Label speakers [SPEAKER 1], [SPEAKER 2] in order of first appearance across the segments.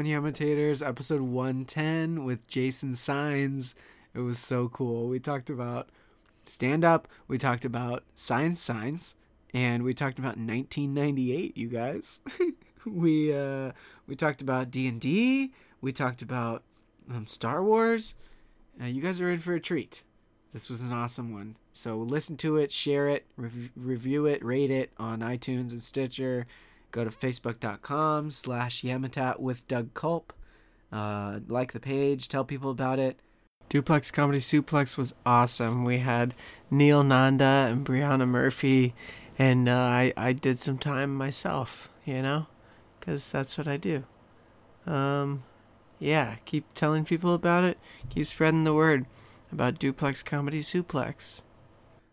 [SPEAKER 1] Commentators, episode 110 with Jason Signs. It was so cool. We talked about stand up, we talked about signs, signs, and we talked about 1998, you guys. we uh, we talked about D&D, we talked about um, Star Wars. Uh, you guys are in for a treat. This was an awesome one. So listen to it, share it, rev- review it, rate it on iTunes and Stitcher. Go to facebook.com slash yamatat with Doug Culp. Uh, like the page, tell people about it. Duplex Comedy Suplex was awesome. We had Neil Nanda and Brianna Murphy, and uh, I, I did some time myself, you know, because that's what I do. Um, yeah, keep telling people about it. Keep spreading the word about Duplex Comedy Suplex.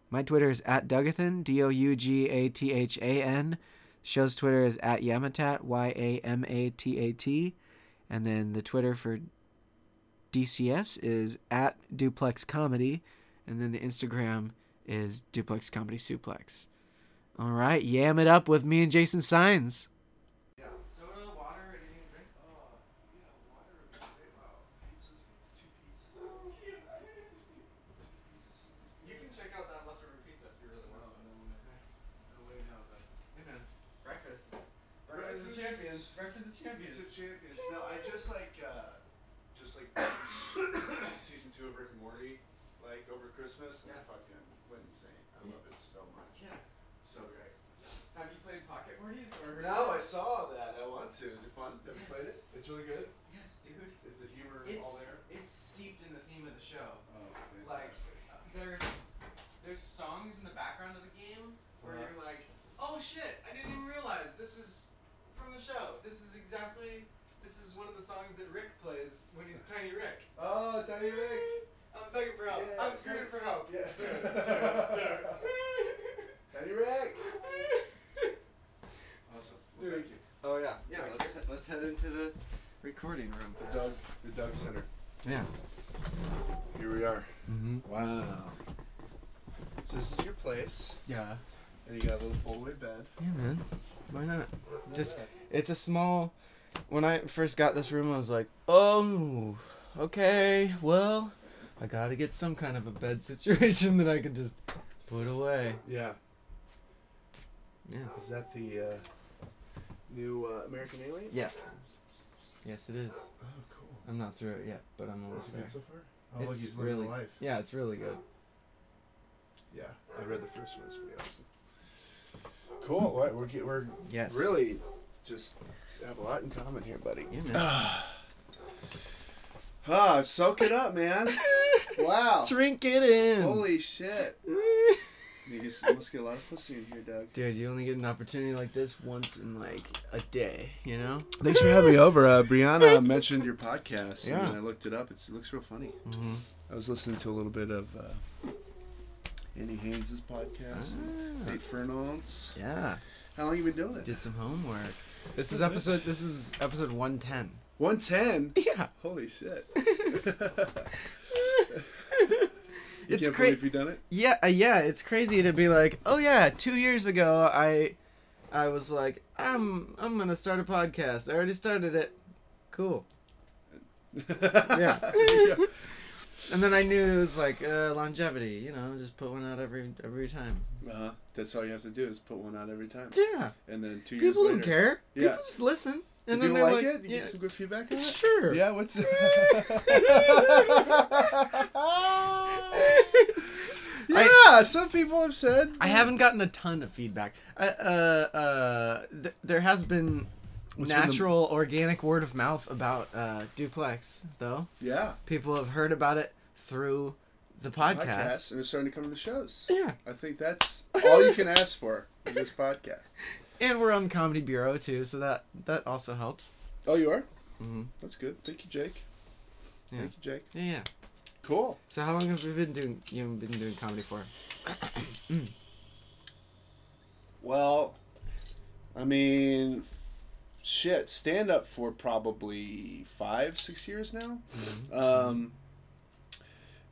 [SPEAKER 1] My Twitter is at Dougathan, D O U G A T H A N. Show's Twitter is at Yamatat, Y A M A T A T. And then the Twitter for DCS is at Duplex Comedy. And then the Instagram is Duplex Comedy Suplex. All right, yam it up with me and Jason Signs.
[SPEAKER 2] Uh,
[SPEAKER 3] You can check out that leftover pizza if you really
[SPEAKER 2] Oh,
[SPEAKER 3] want some. Hey man, breakfast. Breakfast of champions. Breakfast of champions.
[SPEAKER 2] Pizza champions. No, I just like, uh, just like finished season two of Rick and Morty, like over Christmas, and I fucking went insane. I love it so much.
[SPEAKER 3] Yeah.
[SPEAKER 2] So great.
[SPEAKER 3] Have you played Pocket Mortys or?
[SPEAKER 2] Now I saw that. I want to. Is it fun? Have you played it?
[SPEAKER 3] Yes.
[SPEAKER 2] It's really good.
[SPEAKER 3] Yes, dude.
[SPEAKER 2] Is the humor all
[SPEAKER 3] It's
[SPEAKER 2] there?
[SPEAKER 3] it's steeped in the theme of the show.
[SPEAKER 2] Oh,
[SPEAKER 3] Like
[SPEAKER 2] fantastic.
[SPEAKER 3] Uh, there's there's songs in the background of the game where
[SPEAKER 2] Uh-huh.
[SPEAKER 3] you're like, oh shit, I didn't even realize this is from the show. This is exactly this is one of the songs that Rick plays when he's Tiny Rick.
[SPEAKER 2] oh, Tiny Rick.
[SPEAKER 3] I'm begging for help.
[SPEAKER 2] Yeah,
[SPEAKER 3] I'm
[SPEAKER 2] it's
[SPEAKER 3] screaming for
[SPEAKER 2] great.
[SPEAKER 3] help.
[SPEAKER 2] Yeah. Tiny Rick. Awesome. Well, thank you.
[SPEAKER 4] Oh yeah, yeah.
[SPEAKER 2] Thank
[SPEAKER 4] Let's let's head into the recording room.
[SPEAKER 2] The Doug, the Doug Center.
[SPEAKER 1] Yeah.
[SPEAKER 2] Here we are.
[SPEAKER 1] Mm-hmm.
[SPEAKER 2] Wow. So this is your place,
[SPEAKER 1] Yeah.
[SPEAKER 2] and you got a little foldaway bed.
[SPEAKER 1] Yeah, man. Why not? Just it's a small. When I first got this room, I was like, oh, okay, well, I gotta get some kind of a bed situation that I can just put away.
[SPEAKER 2] Yeah.
[SPEAKER 1] Yeah.
[SPEAKER 2] Is that the uh, new uh, American Alien?
[SPEAKER 1] Yeah. Yes, it is.
[SPEAKER 2] Oh, cool. Oh,
[SPEAKER 1] I'm not through it yet, but I'm almost
[SPEAKER 2] What's it
[SPEAKER 1] there.
[SPEAKER 2] good so far? How long
[SPEAKER 1] It's
[SPEAKER 2] you've lived
[SPEAKER 1] really-
[SPEAKER 2] your life?
[SPEAKER 1] Yeah, it's really good.
[SPEAKER 2] Yeah, I read the first one. It's pretty awesome. Cool. What we're get, we're
[SPEAKER 4] Yes.
[SPEAKER 2] really just have a lot in common here, buddy.
[SPEAKER 4] Yeah, man.
[SPEAKER 2] Ah, soak it up, man. wow.
[SPEAKER 1] Drink it in.
[SPEAKER 2] Holy shit. You just- must get a lot of pussy in here, Doug.
[SPEAKER 1] Dude, you only get an opportunity like this once in like a day, you know?
[SPEAKER 2] Thanks for having me over. Uh, Brianna mentioned your podcast,
[SPEAKER 1] Yeah.
[SPEAKER 2] and I looked it up. It's, it looks real funny.
[SPEAKER 1] Mm-hmm.
[SPEAKER 2] I was listening to a little bit of uh, Andy Haynes' podcast,
[SPEAKER 1] Ah.
[SPEAKER 2] Nate Fernald's.
[SPEAKER 1] Yeah.
[SPEAKER 2] How long you been doing it?
[SPEAKER 1] Did some homework. This is episode. This is episode 110.
[SPEAKER 2] 110?
[SPEAKER 1] Yeah.
[SPEAKER 2] Holy shit. You
[SPEAKER 1] It's
[SPEAKER 2] can't
[SPEAKER 1] cra-
[SPEAKER 2] believe you've done it?
[SPEAKER 1] Yeah, uh, yeah, it's crazy to be like, oh yeah, two years ago I, I was like, I'm I'm gonna start a podcast. I already started it. Cool. Yeah.
[SPEAKER 2] Yeah.
[SPEAKER 1] And then I knew it was like uh, longevity. You know, just put one out every every time.
[SPEAKER 2] Uh-huh. That's all you have to do is put one out every time.
[SPEAKER 1] Yeah.
[SPEAKER 2] And then two
[SPEAKER 1] People
[SPEAKER 2] years
[SPEAKER 1] don't
[SPEAKER 2] later.
[SPEAKER 1] care.
[SPEAKER 2] Yeah.
[SPEAKER 1] People just listen.
[SPEAKER 2] Do
[SPEAKER 1] And then
[SPEAKER 2] people
[SPEAKER 1] they're like,
[SPEAKER 2] like, it? You
[SPEAKER 1] yeah,
[SPEAKER 2] get some good feedback on it?
[SPEAKER 1] sure.
[SPEAKER 2] Yeah, what's Yeah, some people have said.
[SPEAKER 1] I haven't gotten a ton of feedback. Uh, uh, uh, th- there has been
[SPEAKER 2] What's been the-
[SPEAKER 1] natural, organic word of mouth about uh, Duplex, though.
[SPEAKER 2] Yeah.
[SPEAKER 1] People have heard about it through the podcast.
[SPEAKER 2] Podcasts, and they're starting to come to the shows.
[SPEAKER 1] Yeah,
[SPEAKER 2] I think that's all you can ask for in this podcast.
[SPEAKER 1] and we're on Comedy Bureau too, so that that also helps.
[SPEAKER 2] Oh, you are?
[SPEAKER 1] Mhm.
[SPEAKER 2] That's good. Thank you, Jake.
[SPEAKER 1] Yeah.
[SPEAKER 2] Thank you, Jake.
[SPEAKER 1] Yeah, yeah.
[SPEAKER 2] Cool.
[SPEAKER 1] So how long have we been doing? You have been doing comedy for?
[SPEAKER 2] Well, I mean, shit, stand up for probably five, six years now.
[SPEAKER 1] Mm-hmm.
[SPEAKER 2] Um,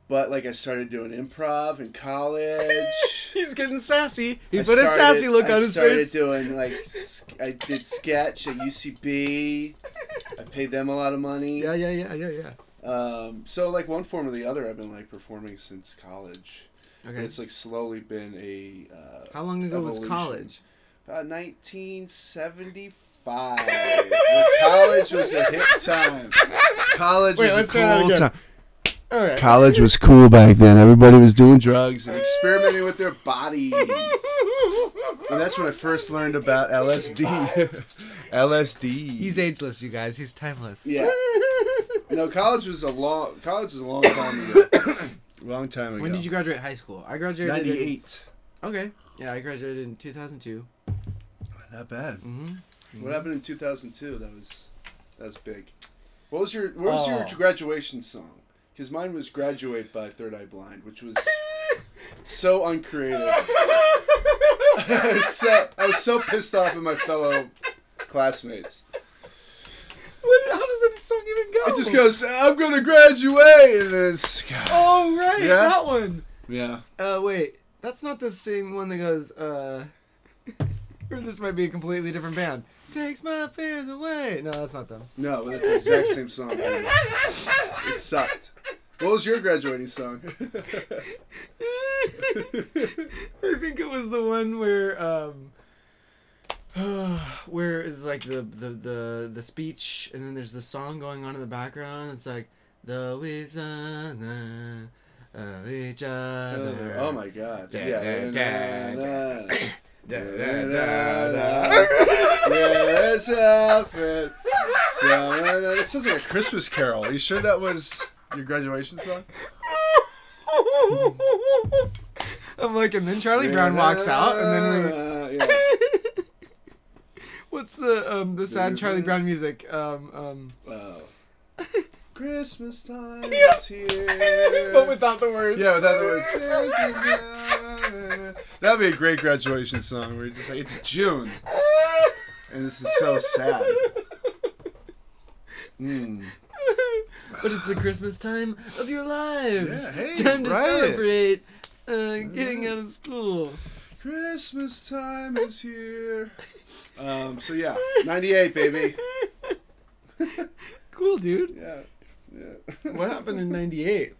[SPEAKER 2] but like I started doing improv in college.
[SPEAKER 1] He's getting sassy. He
[SPEAKER 2] I
[SPEAKER 1] put a sassy look
[SPEAKER 2] I
[SPEAKER 1] on his
[SPEAKER 2] started
[SPEAKER 1] face.
[SPEAKER 2] doing like sk- I did sketch at UCB. I paid them a lot of money.
[SPEAKER 1] yeah, yeah, yeah, yeah, yeah.
[SPEAKER 2] Um, so like one form or the other, I've been like performing since college. But
[SPEAKER 1] Okay.
[SPEAKER 2] it's like slowly been a. Uh,
[SPEAKER 1] How long ago was
[SPEAKER 2] evolution. Uh,
[SPEAKER 1] college?
[SPEAKER 2] About 1975. when college was a hip time. College
[SPEAKER 1] Wait,
[SPEAKER 2] was
[SPEAKER 1] let's
[SPEAKER 2] a
[SPEAKER 1] try that
[SPEAKER 2] cool
[SPEAKER 1] again.
[SPEAKER 2] time.
[SPEAKER 1] All right.
[SPEAKER 2] College was cool back then. Everybody was doing drugs and experimenting with their bodies. And that's when I first learned about LSD. LSD.
[SPEAKER 1] He's ageless, you guys. He's timeless.
[SPEAKER 2] Yeah. No, college was a long college was a long time ago. long time ago.
[SPEAKER 1] When did you graduate high school? I graduated. in-
[SPEAKER 2] 98.
[SPEAKER 1] okay. Yeah, I graduated in 2002.
[SPEAKER 2] Not bad.
[SPEAKER 1] Mm-hmm.
[SPEAKER 2] What happened in 2002? That was that was big. What was your what was your
[SPEAKER 1] Oh.
[SPEAKER 2] graduation song? Because mine was "Graduate" by Third Eye Blind, which was so uncreative. I was so, I was so pissed off at my fellow classmates.
[SPEAKER 1] What, how does that song even go?
[SPEAKER 2] It just goes, "I'm gonna graduate," and then it's, God.
[SPEAKER 1] Oh right,
[SPEAKER 2] Yeah.
[SPEAKER 1] that one.
[SPEAKER 2] yeah,
[SPEAKER 1] Uh, wait, that's not the same one that goes. Uh, or this might be a completely different band. Takes my fears away. No, that's not them.
[SPEAKER 2] no, but it's the exact same song. It sucked. What was your graduating song?
[SPEAKER 1] I think it was the one where um where is like the, the the the speech and then there's the song going on in the background. It's like the waves on the- of each other.
[SPEAKER 2] oh my god.
[SPEAKER 1] Da,
[SPEAKER 2] Yeah.
[SPEAKER 1] da, da, Da, da, da, da.
[SPEAKER 2] Yes, outfit. So, uh, It sounds like a Christmas carol. you sure that was your graduation song?
[SPEAKER 1] I'm like, and then Charlie Brown walks out, and then
[SPEAKER 2] Uh, yeah.
[SPEAKER 1] we. What's the um the sad Charlie Brown music? Um um.
[SPEAKER 2] Oh. Christmas time
[SPEAKER 1] Yeah.
[SPEAKER 2] is here.
[SPEAKER 1] But without the words.
[SPEAKER 2] yeah, without the words. That'd be a great graduation song. Where you're just like, it's June, and this is so sad. Mm.
[SPEAKER 1] but it's the Christmas time of your lives.
[SPEAKER 2] Yeah, hey,
[SPEAKER 1] time to
[SPEAKER 2] right.
[SPEAKER 1] celebrate uh, getting out of school.
[SPEAKER 2] Christmas time is here. Um, so yeah, '98, baby.
[SPEAKER 1] Cool, dude.
[SPEAKER 2] Yeah. Yeah.
[SPEAKER 1] What happened in '98?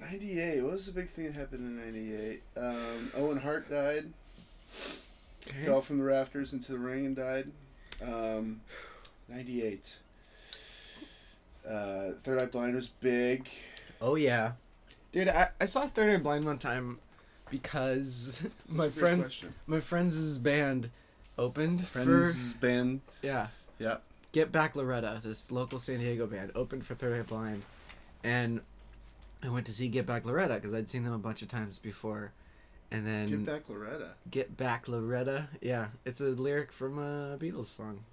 [SPEAKER 2] 98. What was the big thing that happened in 98? Um, Owen Hart died. Fell from the rafters into the ring and died. Um, 98. Uh, Third Eye Blind was big.
[SPEAKER 1] Oh yeah, dude. I, I saw Third Eye Blind one time because my
[SPEAKER 2] That's a great
[SPEAKER 1] friends
[SPEAKER 2] question.
[SPEAKER 1] my friends' band opened
[SPEAKER 2] Friends band.
[SPEAKER 1] for yeah
[SPEAKER 2] Yeah.
[SPEAKER 1] Get Back Loretta, this local San Diego band, opened for Third Eye Blind, and I went to see Get Back Loretta because I'd seen them a bunch of times before, and then
[SPEAKER 2] Get back, Loretta.
[SPEAKER 1] Get Back Loretta, yeah, it's a lyric from a Beatles song.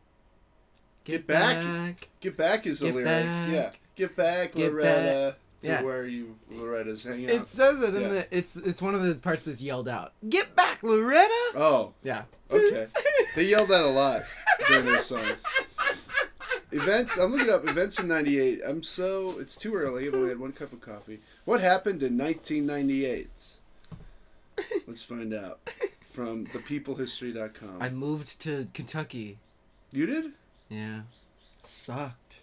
[SPEAKER 2] Get back. Get back is the
[SPEAKER 1] Get
[SPEAKER 2] lyric.
[SPEAKER 1] back.
[SPEAKER 2] Yeah. Get back,
[SPEAKER 1] Get
[SPEAKER 2] Loretta. To
[SPEAKER 1] Yeah.
[SPEAKER 2] where you Loretta's hanging
[SPEAKER 1] It
[SPEAKER 2] out.
[SPEAKER 1] says it in
[SPEAKER 2] Yeah.
[SPEAKER 1] uh, the it's it's one of the parts that's yelled out. Get back, Loretta.
[SPEAKER 2] Oh,
[SPEAKER 1] Yeah.
[SPEAKER 2] okay. they yelled that a lot during their songs. Events. I'm looking up events in '98. I'm so it's too early. I've only had one cup of coffee. What happened in 1998? Let's find out from thepeoplehistory.com.
[SPEAKER 1] I moved to Kentucky.
[SPEAKER 2] you did?
[SPEAKER 1] Yeah. Sucked.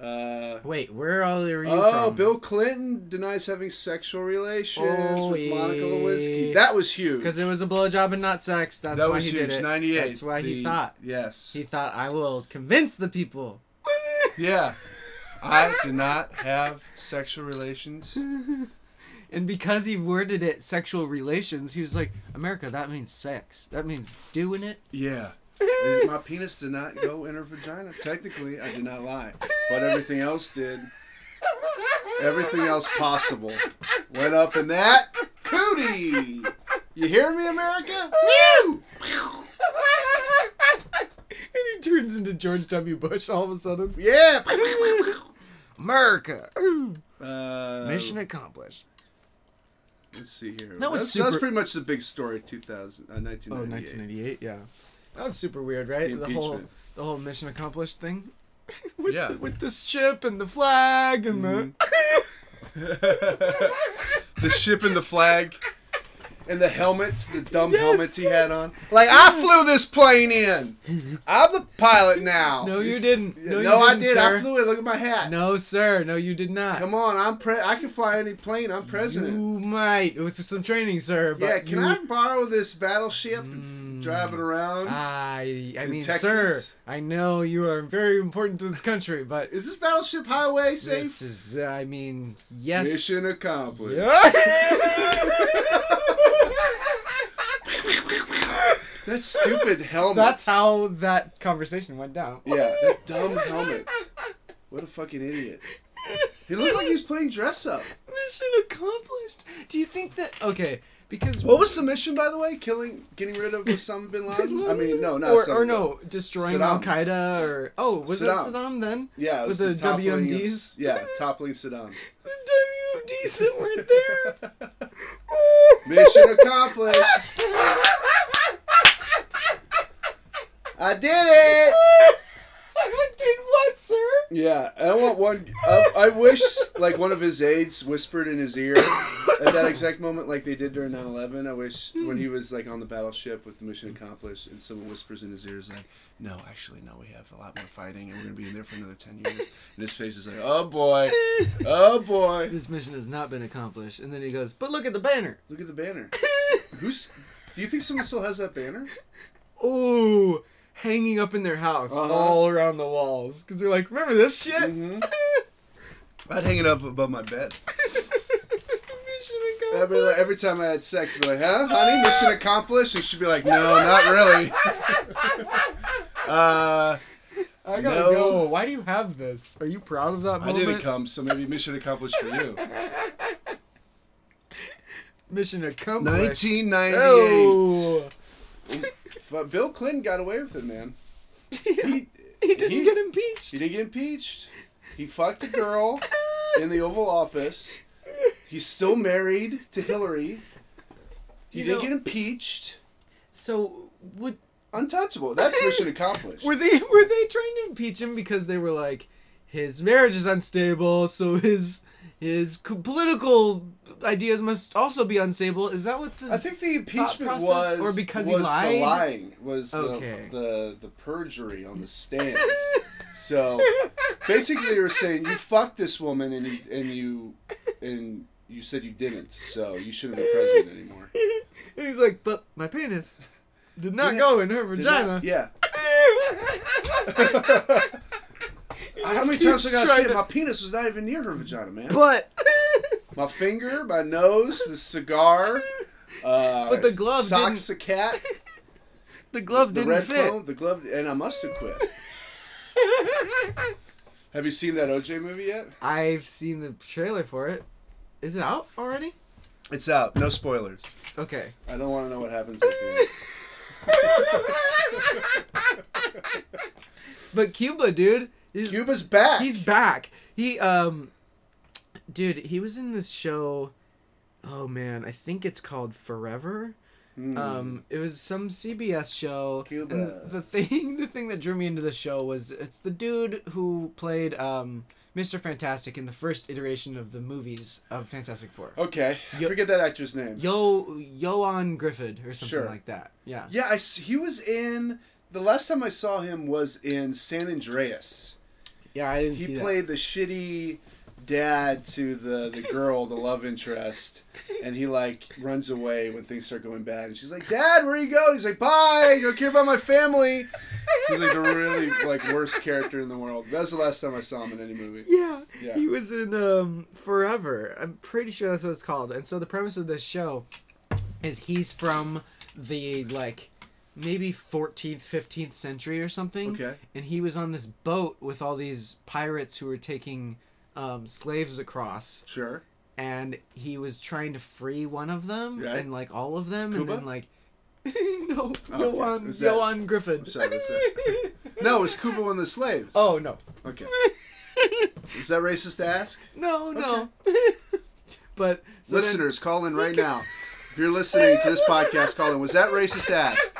[SPEAKER 2] Uh,
[SPEAKER 1] Wait, where all are you
[SPEAKER 2] oh,
[SPEAKER 1] from?
[SPEAKER 2] Bill Clinton denies having sexual relations
[SPEAKER 1] Oh,
[SPEAKER 2] with Monica
[SPEAKER 1] yeah.
[SPEAKER 2] Lewinsky. That was huge.
[SPEAKER 1] Because it was a blowjob and not sex. That's
[SPEAKER 2] that
[SPEAKER 1] why
[SPEAKER 2] was
[SPEAKER 1] he
[SPEAKER 2] huge.
[SPEAKER 1] did it.
[SPEAKER 2] 98.
[SPEAKER 1] That's why he
[SPEAKER 2] The-
[SPEAKER 1] thought.
[SPEAKER 2] Yes.
[SPEAKER 1] He thought I will convince the people.
[SPEAKER 2] yeah. I did not have sexual relations.
[SPEAKER 1] And because he worded it sexual relations, he was like, America, that means sex. That means doing it.
[SPEAKER 2] Yeah. And My penis did not go in her vagina. Technically, I did not lie. But everything else did. Everything else possible went up in that cootie. You hear me, America? Woo!
[SPEAKER 1] And he turns into George W. Bush all of a sudden. Oh.
[SPEAKER 2] Yeah.
[SPEAKER 1] America.
[SPEAKER 2] Uh,
[SPEAKER 1] Mission accomplished.
[SPEAKER 2] Let's see here.
[SPEAKER 1] That was
[SPEAKER 2] That's-
[SPEAKER 1] super-
[SPEAKER 2] That's pretty much the big story. 2000, uh,
[SPEAKER 1] Oh,
[SPEAKER 2] 1998.
[SPEAKER 1] 1998, yeah. That was super weird, right?
[SPEAKER 2] The
[SPEAKER 1] The whole
[SPEAKER 2] impeachment.
[SPEAKER 1] the whole mission accomplished thing. with
[SPEAKER 2] Yeah. Mm-hmm.
[SPEAKER 1] The, with this ship and the flag and the
[SPEAKER 2] the ship and the flag. And the helmets, the dumb
[SPEAKER 4] Yes,
[SPEAKER 2] helmets he
[SPEAKER 4] yes.
[SPEAKER 2] had on. Like I flew this plane in. I'm the pilot now.
[SPEAKER 4] No, you
[SPEAKER 2] He's-
[SPEAKER 4] didn't.
[SPEAKER 2] Yeah,
[SPEAKER 4] No, you
[SPEAKER 2] I
[SPEAKER 4] didn't,
[SPEAKER 2] did. I
[SPEAKER 4] sir.
[SPEAKER 2] flew it. Look at my hat.
[SPEAKER 4] No, sir. No, you did not.
[SPEAKER 2] Come on, I'm pre. I can fly any plane. I'm president.
[SPEAKER 4] You might with some training, sir. But
[SPEAKER 2] yeah, can
[SPEAKER 4] you-
[SPEAKER 2] I borrow this battleship and
[SPEAKER 4] Mm.
[SPEAKER 2] f- drive it around?
[SPEAKER 4] I I
[SPEAKER 2] In
[SPEAKER 4] mean, sir,
[SPEAKER 2] Texas?
[SPEAKER 4] I know you are very important to this country, but
[SPEAKER 2] is this battleship highway safe?
[SPEAKER 4] this is uh, I mean, yes.
[SPEAKER 2] Mission accomplished.
[SPEAKER 4] Yeah.
[SPEAKER 2] That stupid helmet.
[SPEAKER 4] That's how that conversation went down.
[SPEAKER 2] Yeah, that dumb helmet. What a fucking idiot. He looked like he was playing dress up.
[SPEAKER 4] Mission accomplished. Do you think that okay? Because
[SPEAKER 2] What was the mission, by the way? Killing, getting rid of Osama bin Laden. I mean, no, not
[SPEAKER 4] or,
[SPEAKER 2] Osama
[SPEAKER 4] or
[SPEAKER 2] bin Laden.
[SPEAKER 4] no destroying Al
[SPEAKER 2] Saddam.
[SPEAKER 4] Qaeda or oh was
[SPEAKER 2] Saddam.
[SPEAKER 4] it Saddam then?
[SPEAKER 2] Yeah, it
[SPEAKER 4] With
[SPEAKER 2] was
[SPEAKER 4] the
[SPEAKER 2] the toppling of-
[SPEAKER 4] WMDs?
[SPEAKER 2] yeah, toppling Saddam.
[SPEAKER 4] The WMDs that weren't there.
[SPEAKER 2] Mission accomplished. I did it.
[SPEAKER 4] I did what, sir?
[SPEAKER 2] Yeah, and I want one. I, I wish like one of his aides whispered in his ear at that exact moment, like they did during 9-11. I wish when he was like on the battleship with the mission accomplished, and someone whispers in his ears like, "No, actually, no, we have a lot more fighting, and we're gonna be in there for another ten years." And his face is like, "Oh boy, oh boy,
[SPEAKER 4] This mission has not been accomplished. And then he goes, but look at the banner.
[SPEAKER 2] look at the banner. Who's? Do you think someone still has that banner?
[SPEAKER 4] Ooh, hanging up in their house
[SPEAKER 2] Uh-huh.
[SPEAKER 4] all around the walls. Because they're like, remember this shit?
[SPEAKER 2] Mhm. I'd hang it up above my bed.
[SPEAKER 4] Mission
[SPEAKER 2] I'd be
[SPEAKER 4] accomplished.
[SPEAKER 2] like, every time I had sex, I'd be like, huh, honey, mission accomplished? And she'd be like, no, not really. uh,
[SPEAKER 4] I gotta
[SPEAKER 2] No.
[SPEAKER 4] go. Why do you have this? Are you proud of that
[SPEAKER 2] I
[SPEAKER 4] moment?
[SPEAKER 2] didn't come, so maybe mission accomplished for you.
[SPEAKER 4] Mission accomplished.
[SPEAKER 2] 1998.
[SPEAKER 4] Oh.
[SPEAKER 2] But Bill Clinton got away with it, man.
[SPEAKER 4] he,
[SPEAKER 2] He,
[SPEAKER 4] didn't
[SPEAKER 2] he-
[SPEAKER 4] get impeached.
[SPEAKER 2] he didn't get impeached. He fucked a girl in the Oval Office. He's still married to Hillary. He
[SPEAKER 4] You
[SPEAKER 2] didn't
[SPEAKER 4] know-
[SPEAKER 2] get impeached.
[SPEAKER 4] So, would
[SPEAKER 2] Untouchable. That's mission accomplished.
[SPEAKER 4] were they were they trying to impeach him because they were like his marriage is unstable so his his co- political ideas must also be unstable is that what the
[SPEAKER 2] I think the impeachment
[SPEAKER 4] process,
[SPEAKER 2] was
[SPEAKER 4] or because he
[SPEAKER 2] was
[SPEAKER 4] lied?
[SPEAKER 2] the lying was the-
[SPEAKER 4] Okay.
[SPEAKER 2] the, the perjury on the stand. so basically, they were saying you fucked this woman and you and you and you said you didn't, so you shouldn't be president anymore.
[SPEAKER 4] and he's like but my penis did not
[SPEAKER 2] Yeah.
[SPEAKER 4] go in her
[SPEAKER 2] Did
[SPEAKER 4] vagina
[SPEAKER 2] not- yeah. How
[SPEAKER 4] just
[SPEAKER 2] many times
[SPEAKER 4] keeps
[SPEAKER 2] I gotta say
[SPEAKER 4] trying
[SPEAKER 2] it?
[SPEAKER 4] to-
[SPEAKER 2] My penis was not even near her vagina, man.
[SPEAKER 4] but
[SPEAKER 2] my finger, my nose, the cigar. Uh,
[SPEAKER 4] But the glove
[SPEAKER 2] socks a cat,
[SPEAKER 4] the glove
[SPEAKER 2] the
[SPEAKER 4] didn't
[SPEAKER 2] red
[SPEAKER 4] fit
[SPEAKER 2] phone, the glove, and I must have quit. Have you seen that OJ movie yet?
[SPEAKER 4] i've seen the trailer for it is it out already
[SPEAKER 2] It's out. No spoilers.
[SPEAKER 4] okay
[SPEAKER 2] I don't want to know what happens. At the end.
[SPEAKER 4] but cuba dude is,
[SPEAKER 2] Cuba's back.
[SPEAKER 4] He's back. He um dude, he was in this show Oh man, I think it's called Forever.
[SPEAKER 2] Mm.
[SPEAKER 4] Um it was some CBS show.
[SPEAKER 2] Cuba.
[SPEAKER 4] and the thing the thing that drew me into the show was it's the dude who played um Mr. Fantastic in the first iteration of the movies of Fantastic Four.
[SPEAKER 2] okay, I
[SPEAKER 4] Yo-
[SPEAKER 2] forget that actor's name.
[SPEAKER 4] Yo Yoan Griffith or something
[SPEAKER 2] Sure.
[SPEAKER 4] like that. Yeah.
[SPEAKER 2] yeah, I s he was in. The last time I saw him was in San Andreas.
[SPEAKER 4] Yeah, I didn't see
[SPEAKER 2] He
[SPEAKER 4] that.
[SPEAKER 2] played the shitty dad to the the girl, the love interest, and he like runs away when things start going bad. And she's like, "Dad, where you go?" And he's like, "Bye. I don't care about my family." He's like the really like worst character in the world. That was the last time I saw him in any movie.
[SPEAKER 4] Yeah,
[SPEAKER 2] Yeah.
[SPEAKER 4] he was in um, Forever. I'm pretty sure that's what it's called. And so the premise of this show is he's from the like maybe 14th, 15th century or something.
[SPEAKER 2] Okay.
[SPEAKER 4] And he was on this boat with all these pirates who were taking um, slaves across,
[SPEAKER 2] Sure.
[SPEAKER 4] and he was trying to free one of them
[SPEAKER 2] Right.
[SPEAKER 4] and like all of them, and
[SPEAKER 2] Cuba?
[SPEAKER 4] then like. no,
[SPEAKER 2] okay.
[SPEAKER 4] Johan,
[SPEAKER 2] Was that-
[SPEAKER 4] Johan Griffin.
[SPEAKER 2] sorry, was that- No, it was Cuba one of the slaves.
[SPEAKER 4] oh no,
[SPEAKER 2] Okay. Is that racist to ask?
[SPEAKER 4] no, no. but so then-
[SPEAKER 2] Listeners, call in right now. If you're listening to this podcast, call in. Was that racist to ask?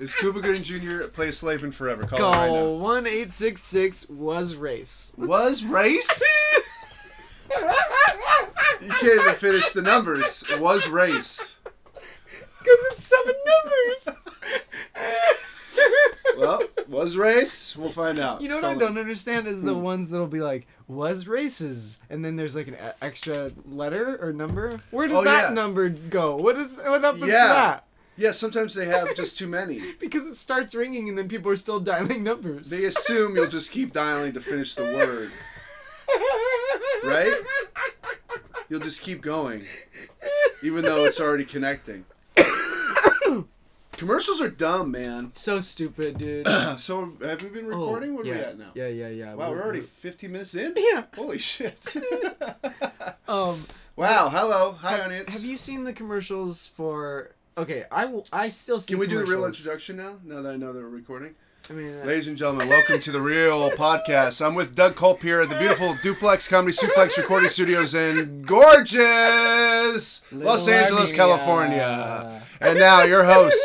[SPEAKER 2] Is Cuba Gooding Jr. play a slave in forever? Call in right now.
[SPEAKER 4] Call one eight six six was race.
[SPEAKER 2] Was race? You can't even finish the numbers. Was race.
[SPEAKER 4] Because it's seven numbers.
[SPEAKER 2] Well, was race? We'll find out.
[SPEAKER 4] You know what I
[SPEAKER 2] Probably.
[SPEAKER 4] don't understand is
[SPEAKER 2] Hmm.
[SPEAKER 4] the ones that'll be like was races, and then there's like an e- extra letter or number. Where does
[SPEAKER 2] Oh,
[SPEAKER 4] that
[SPEAKER 2] yeah.
[SPEAKER 4] number go? What is what happens to
[SPEAKER 2] Yeah.
[SPEAKER 4] that?
[SPEAKER 2] Yeah, sometimes they have just too many.
[SPEAKER 4] Because it starts ringing and then people are still dialing numbers.
[SPEAKER 2] They assume you'll just keep dialing to finish the word. Right? You'll just keep going, even though it's already connecting. Commercials are dumb, man.
[SPEAKER 4] So stupid, dude.
[SPEAKER 2] So, have we been recording?
[SPEAKER 4] Oh,
[SPEAKER 2] what are
[SPEAKER 4] yeah,
[SPEAKER 2] we at now?
[SPEAKER 4] Yeah, yeah, yeah.
[SPEAKER 2] Wow, we're already 50 minutes in?
[SPEAKER 4] Yeah.
[SPEAKER 2] Holy shit.
[SPEAKER 4] Um,
[SPEAKER 2] wow, hello. Hi,
[SPEAKER 4] have,
[SPEAKER 2] audience.
[SPEAKER 4] have you seen the commercials for? Okay, I will. I still see.
[SPEAKER 2] Can we do the real
[SPEAKER 4] commercials.
[SPEAKER 2] introduction now, now that I know that we're recording?
[SPEAKER 4] I mean, uh,
[SPEAKER 2] Ladies and gentlemen, welcome to the Real Podcast. I'm with Doug Culp here at the beautiful Duplex Comedy Suplex Recording Studios in gorgeous Los
[SPEAKER 4] Little
[SPEAKER 2] Angeles,
[SPEAKER 4] Armenia.
[SPEAKER 2] California. And now your host.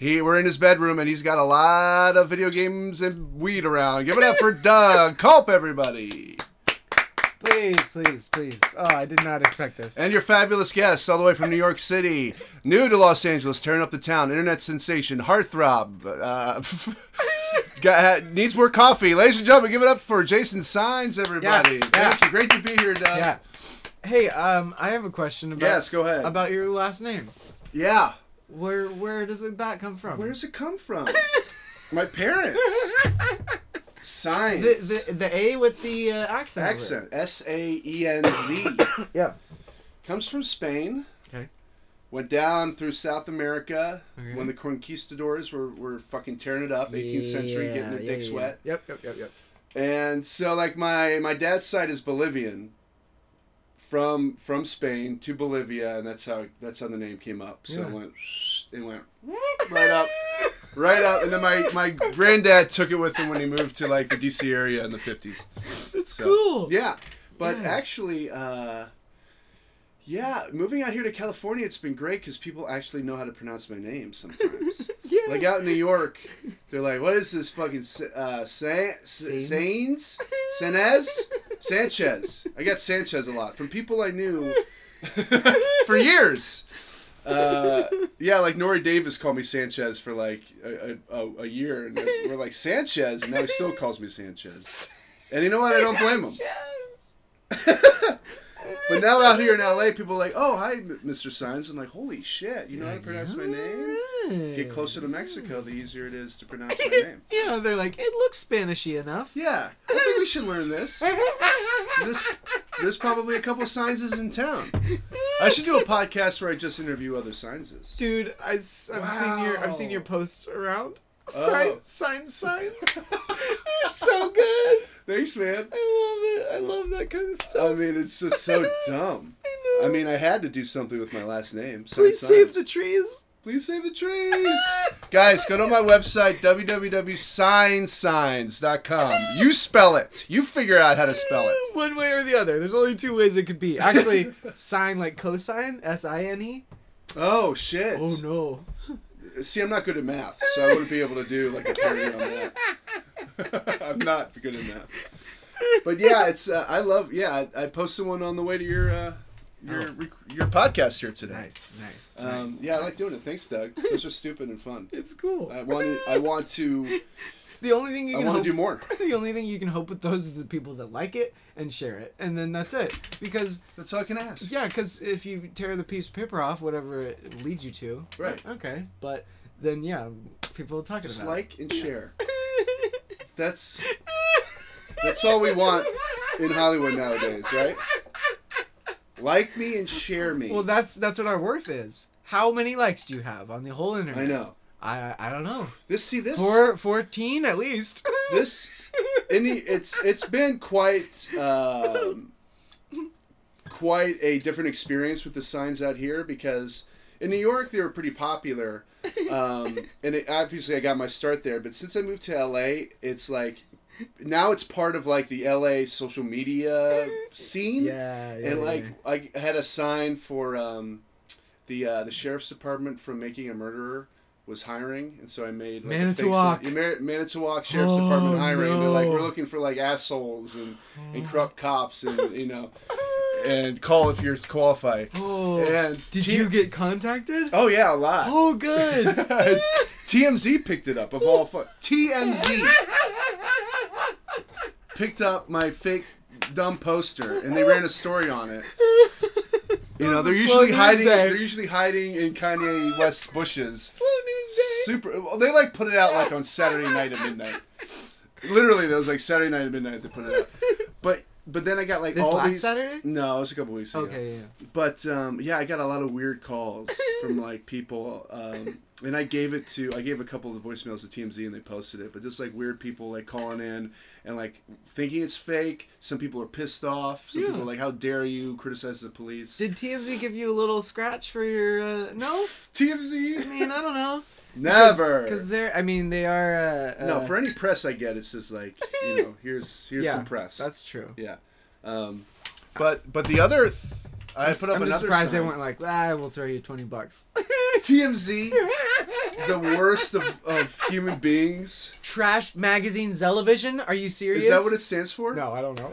[SPEAKER 2] He, we're in his bedroom and he's got a lot of video games and weed around. Give it up for Doug Culp, everybody.
[SPEAKER 4] please, please, please. Oh, I did not expect this.
[SPEAKER 2] And your fabulous guests all the way from New York City, new to Los Angeles, tearing up the town, internet sensation, heartthrob. Uh, got- needs more coffee. Ladies and gentlemen, give it up for Jason Signs, everybody.
[SPEAKER 4] Yeah,
[SPEAKER 2] Thank you. Great to be here, Doug.
[SPEAKER 4] yeah. Hey, um, I have a question about
[SPEAKER 2] Yes, go ahead.
[SPEAKER 4] about your last name.
[SPEAKER 2] Yeah.
[SPEAKER 4] Where where does it- that come from?
[SPEAKER 2] Where does it come from? My parents. Signs.
[SPEAKER 4] the, the the A with the uh, accent? over it.
[SPEAKER 2] Accent. S A E N Z.
[SPEAKER 4] Yeah.
[SPEAKER 2] Comes from Spain.
[SPEAKER 4] Okay.
[SPEAKER 2] Went down through South America
[SPEAKER 4] Okay.
[SPEAKER 2] when the conquistadors were, were fucking tearing it up, 18th century, getting their
[SPEAKER 4] Yeah,
[SPEAKER 2] dicks
[SPEAKER 4] yeah, yeah.
[SPEAKER 2] wet.
[SPEAKER 4] Yep, yep, yep, yep.
[SPEAKER 2] And so like my my dad's side is Bolivian from from Spain to Bolivia and that's how that's how the name came up. So
[SPEAKER 4] Yeah.
[SPEAKER 2] it went it went right up right up and then my my granddad took it with him when he moved to like the DC area in the 50s.
[SPEAKER 4] It's
[SPEAKER 2] So,
[SPEAKER 4] cool.
[SPEAKER 2] Yeah. But
[SPEAKER 4] Yes.
[SPEAKER 2] actually uh yeah, moving out here to California, it's been great because people actually know how to pronounce my name sometimes.
[SPEAKER 4] Yeah.
[SPEAKER 2] Like out in New York, they're like, "What is this fucking Sa- uh, Sa- Sa- Sains, Sanez, Sanchez?" I got Sanchez a lot from people I knew for years. Uh, yeah, like Nori Davis called me Sanchez for like a, a, a- a year, and we're like Sanchez, and now he still calls me Sanchez. And you know what? I don't blame him. But now out here in LA, people are like, "Oh, hi, M- Mr. Signs." I'm like, "Holy shit! You know how to pronounce my name?" Get closer to Mexico, the easier it is to pronounce my name.
[SPEAKER 4] Yeah, they're like, it looks Spanishy enough.
[SPEAKER 2] Yeah, I think we should learn this. There's, there's probably a couple Sciences in town. I should do a podcast where I just interview other Sciences.
[SPEAKER 4] Dude, I, have seen your I've seen your
[SPEAKER 2] Wow.
[SPEAKER 4] posts around.
[SPEAKER 2] Oh.
[SPEAKER 4] Sign, sign, signs. They're so good.
[SPEAKER 2] Thanks, man.
[SPEAKER 4] I love it. I love that kind of stuff.
[SPEAKER 2] I mean, it's just so dumb.
[SPEAKER 4] I know.
[SPEAKER 2] I mean, I had to do something with my last name. Sign
[SPEAKER 4] please
[SPEAKER 2] Signs.
[SPEAKER 4] save the trees.
[SPEAKER 2] Please save the trees. Guys, go to my website, www.signsigns.com. You spell it. You figure out how to spell it.
[SPEAKER 4] One way or the other. There's only two ways it could be. Actually, sign like cosine, S I N E.
[SPEAKER 2] Oh, shit.
[SPEAKER 4] Oh no.
[SPEAKER 2] See, I'm not good at math, so I wouldn't be able to do like a parody on that. I'm not good at math. But yeah, it's uh, I love yeah. I, I posted one on the way to your uh, your
[SPEAKER 4] Oh.
[SPEAKER 2] rec- your podcast here today.
[SPEAKER 4] Nice, nice.
[SPEAKER 2] Um,
[SPEAKER 4] nice,
[SPEAKER 2] yeah, I like
[SPEAKER 4] nice.
[SPEAKER 2] doing it. Thanks, Doug. Those are stupid and fun.
[SPEAKER 4] It's cool.
[SPEAKER 2] I want to, I want to
[SPEAKER 4] the only thing you
[SPEAKER 2] I
[SPEAKER 4] can
[SPEAKER 2] want to do
[SPEAKER 4] hope
[SPEAKER 2] more.
[SPEAKER 4] the only thing you can hope with those is the people that like it and share it, and then that's it. Because
[SPEAKER 2] That's all I can ask.
[SPEAKER 4] yeah, because if you tear the piece of paper off, whatever it leads you to,
[SPEAKER 2] Right.
[SPEAKER 4] Okay, but then yeah, people are talking
[SPEAKER 2] Just
[SPEAKER 4] about.
[SPEAKER 2] like and share.
[SPEAKER 4] it.
[SPEAKER 2] That's that's all we want in Hollywood nowadays, right? Like me and share me.
[SPEAKER 4] well, that's that's what our worth is. How many likes do you have on the whole internet?
[SPEAKER 2] I know.
[SPEAKER 4] I I don't know.
[SPEAKER 2] This see this
[SPEAKER 4] Four, 14 at least.
[SPEAKER 2] this any it's it's been quite um, quite a different experience with the signs out here because in New York they were pretty popular um, and it, obviously I got my start there but since I moved to LA it's like now it's part of like the LA social media scene
[SPEAKER 4] yeah, yeah.
[SPEAKER 2] and
[SPEAKER 4] yeah.
[SPEAKER 2] like I had a sign for um, the uh, the sheriff's department from making a murderer was hiring, and so I made like,
[SPEAKER 4] Manitowoc.
[SPEAKER 2] A fake, sign- yeah, Ma- Manitowoc sheriff's
[SPEAKER 4] Oh,
[SPEAKER 2] department hiring. They're like,
[SPEAKER 4] no. Oh.
[SPEAKER 2] we're looking for like assholes and, and corrupt cops and you know. and call if you're qualified.
[SPEAKER 5] Oh,
[SPEAKER 2] And
[SPEAKER 5] did
[SPEAKER 2] T-
[SPEAKER 5] you get contacted?
[SPEAKER 2] Oh yeah, a lot.
[SPEAKER 5] Oh, good.
[SPEAKER 2] TMZ picked it up of all fu- TMZ picked up my fake dumb poster and they ran a story on it. You know,
[SPEAKER 5] was
[SPEAKER 2] they're
[SPEAKER 5] a slow
[SPEAKER 2] usually
[SPEAKER 5] news
[SPEAKER 2] hiding
[SPEAKER 5] day.
[SPEAKER 2] they're usually hiding in Kanye West's bushes.
[SPEAKER 5] Slow news day.
[SPEAKER 2] Super well, they like put it out like on Saturday night at midnight. Literally that was like Saturday night at midnight they put it out. But but then I got like
[SPEAKER 4] This
[SPEAKER 2] all
[SPEAKER 4] last
[SPEAKER 2] these
[SPEAKER 4] Saturday?
[SPEAKER 2] No, it was a couple weeks ago.
[SPEAKER 4] Okay, yeah.
[SPEAKER 2] But um, yeah, I got a lot of weird calls from like people, um, and I gave it to I gave a couple of the voicemails to TMZ and they posted it. But just like weird people like calling in and like thinking it's fake. Some people are pissed off. Some
[SPEAKER 5] Yeah.
[SPEAKER 2] people are like, "How dare you criticize the police?"
[SPEAKER 5] Did TMZ give you a little scratch for your? Uh, no, I
[SPEAKER 2] TMZ
[SPEAKER 5] mean I don't know.
[SPEAKER 2] never.
[SPEAKER 5] Because they're, I mean, they are. Uh, uh,
[SPEAKER 2] no, for any press I get, it's just like you know, here's here's
[SPEAKER 4] Yeah,
[SPEAKER 2] some press.
[SPEAKER 4] That's true.
[SPEAKER 2] yeah. Um, but but the other, th- I
[SPEAKER 4] I'm,
[SPEAKER 2] put up
[SPEAKER 4] I'm just
[SPEAKER 2] another.
[SPEAKER 4] surprised they
[SPEAKER 2] sign.
[SPEAKER 4] weren't like, ah, we'll throw you 20 bucks.
[SPEAKER 2] TMZ, the worst of, of human beings.
[SPEAKER 4] Trash magazine Zelevision? Are you serious?
[SPEAKER 2] Is that what it stands for?
[SPEAKER 4] No, I don't know.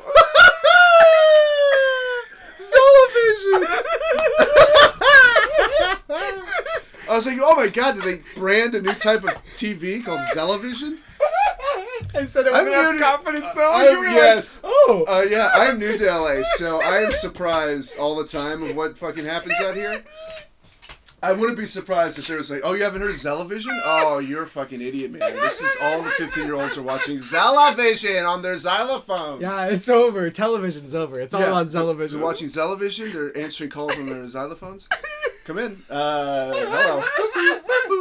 [SPEAKER 2] Television. I was like, oh my god, did they brand a new type of TV called television?
[SPEAKER 4] I said it
[SPEAKER 2] I'm
[SPEAKER 4] with enough
[SPEAKER 2] new to-
[SPEAKER 4] confidence, though.
[SPEAKER 2] I-
[SPEAKER 4] and you were
[SPEAKER 2] yes.
[SPEAKER 4] Like, oh.
[SPEAKER 2] Uh, yeah, I'm new to LA, so I am surprised all the time of what fucking happens out here. I wouldn't be surprised if there was like, oh, you haven't heard of Zelevision? Oh, you're a fucking idiot, man. This is all the 15 year olds are watching Zelevision on their xylophone.
[SPEAKER 4] yeah, it's over. Television's over. It's all
[SPEAKER 2] Yeah.
[SPEAKER 4] on Zelevision.
[SPEAKER 2] They're watching television. They're answering calls on their xylophones. Come in. Uh, hello.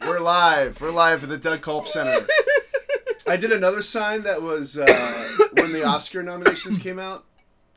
[SPEAKER 2] We're live. We're live at the Doug Culp Center. I did another sign that was uh, when the Oscar nominations came out,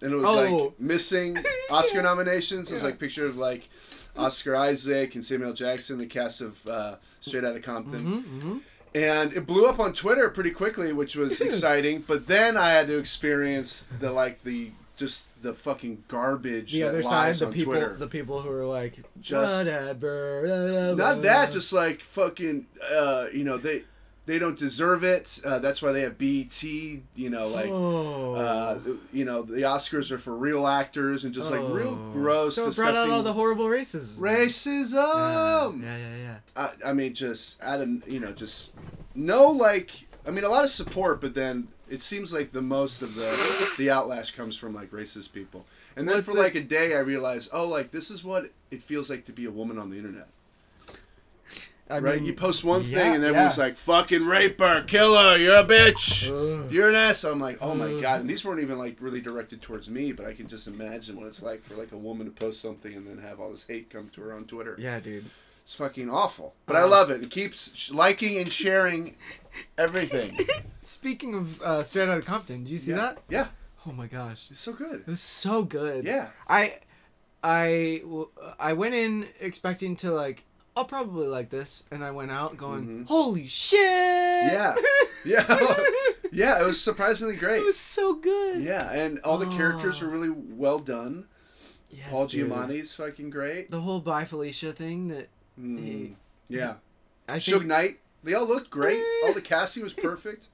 [SPEAKER 2] and it was
[SPEAKER 4] Oh.
[SPEAKER 2] like missing Oscar nominations. It was like picture of like Oscar Isaac and Samuel Jackson, the cast of uh, Straight Outta Compton.
[SPEAKER 4] Mm-hmm,
[SPEAKER 2] And it blew up on Twitter pretty quickly, which was exciting. But then I had to experience the like the just the fucking garbage
[SPEAKER 4] the
[SPEAKER 2] that
[SPEAKER 4] other side,
[SPEAKER 2] lies
[SPEAKER 4] the
[SPEAKER 2] on
[SPEAKER 4] people,
[SPEAKER 2] Twitter.
[SPEAKER 4] the people who are like,
[SPEAKER 2] Just-
[SPEAKER 4] whatever. blah, blah,
[SPEAKER 2] Not that,
[SPEAKER 4] blah."
[SPEAKER 2] just like fucking, uh, you know they they don't deserve it. Uh, that's why they have BET. You know, like
[SPEAKER 4] Oh.
[SPEAKER 2] uh, you know the Oscars are for real actors and just like real
[SPEAKER 4] Oh.
[SPEAKER 2] gross,
[SPEAKER 5] so it brought
[SPEAKER 2] disgusting
[SPEAKER 5] out all the horrible races.
[SPEAKER 2] racism.
[SPEAKER 4] yeah, yeah, yeah.
[SPEAKER 2] I, I mean, just out of you know, just no like. I mean, a lot of support, but then it seems like the most of the the outlash comes from like racist people. And then
[SPEAKER 5] What's
[SPEAKER 2] for
[SPEAKER 5] the-
[SPEAKER 2] like a day, I realized, oh, like this is what it feels like to be a woman on the internet,
[SPEAKER 5] I
[SPEAKER 2] right?
[SPEAKER 5] mean,
[SPEAKER 2] you post one
[SPEAKER 4] yeah,
[SPEAKER 2] thing, and everyone's like, "Fucking rape her, kill her, you're a bitch,
[SPEAKER 4] Ugh.
[SPEAKER 2] you're an ass." I'm like, oh my
[SPEAKER 4] Ugh.
[SPEAKER 2] god. And these weren't even like really directed towards me, but I can just imagine what it's like for like a woman to post something and then have all this hate come to her on Twitter.
[SPEAKER 5] yeah, dude.
[SPEAKER 2] It's fucking awful. But
[SPEAKER 4] Uh-huh.
[SPEAKER 2] I love it. It keeps sh- liking and sharing everything.
[SPEAKER 4] Speaking of uh, Straight Outta Compton, did you see
[SPEAKER 2] yeah.
[SPEAKER 4] that?
[SPEAKER 2] Yeah.
[SPEAKER 4] Oh my gosh,
[SPEAKER 2] It's so good.
[SPEAKER 4] it was so good.
[SPEAKER 2] Yeah.
[SPEAKER 4] I, I, w- I went in expecting to like, I'll probably like this, and I went out going, holy shit!
[SPEAKER 2] Mm-hmm. Yeah. Yeah. yeah, it was surprisingly great.
[SPEAKER 4] it was so good.
[SPEAKER 2] Yeah, and all the characters
[SPEAKER 4] Oh.
[SPEAKER 2] were really well done.
[SPEAKER 4] Yes,
[SPEAKER 2] Paul
[SPEAKER 4] dude.
[SPEAKER 2] Giamatti's fucking great.
[SPEAKER 4] The whole by Felicia thing that
[SPEAKER 2] Mm.
[SPEAKER 4] he-
[SPEAKER 2] Yeah.
[SPEAKER 4] I
[SPEAKER 2] Suge
[SPEAKER 4] think.
[SPEAKER 2] Knight, they all looked great.
[SPEAKER 4] Eh.
[SPEAKER 2] All the casting was perfect.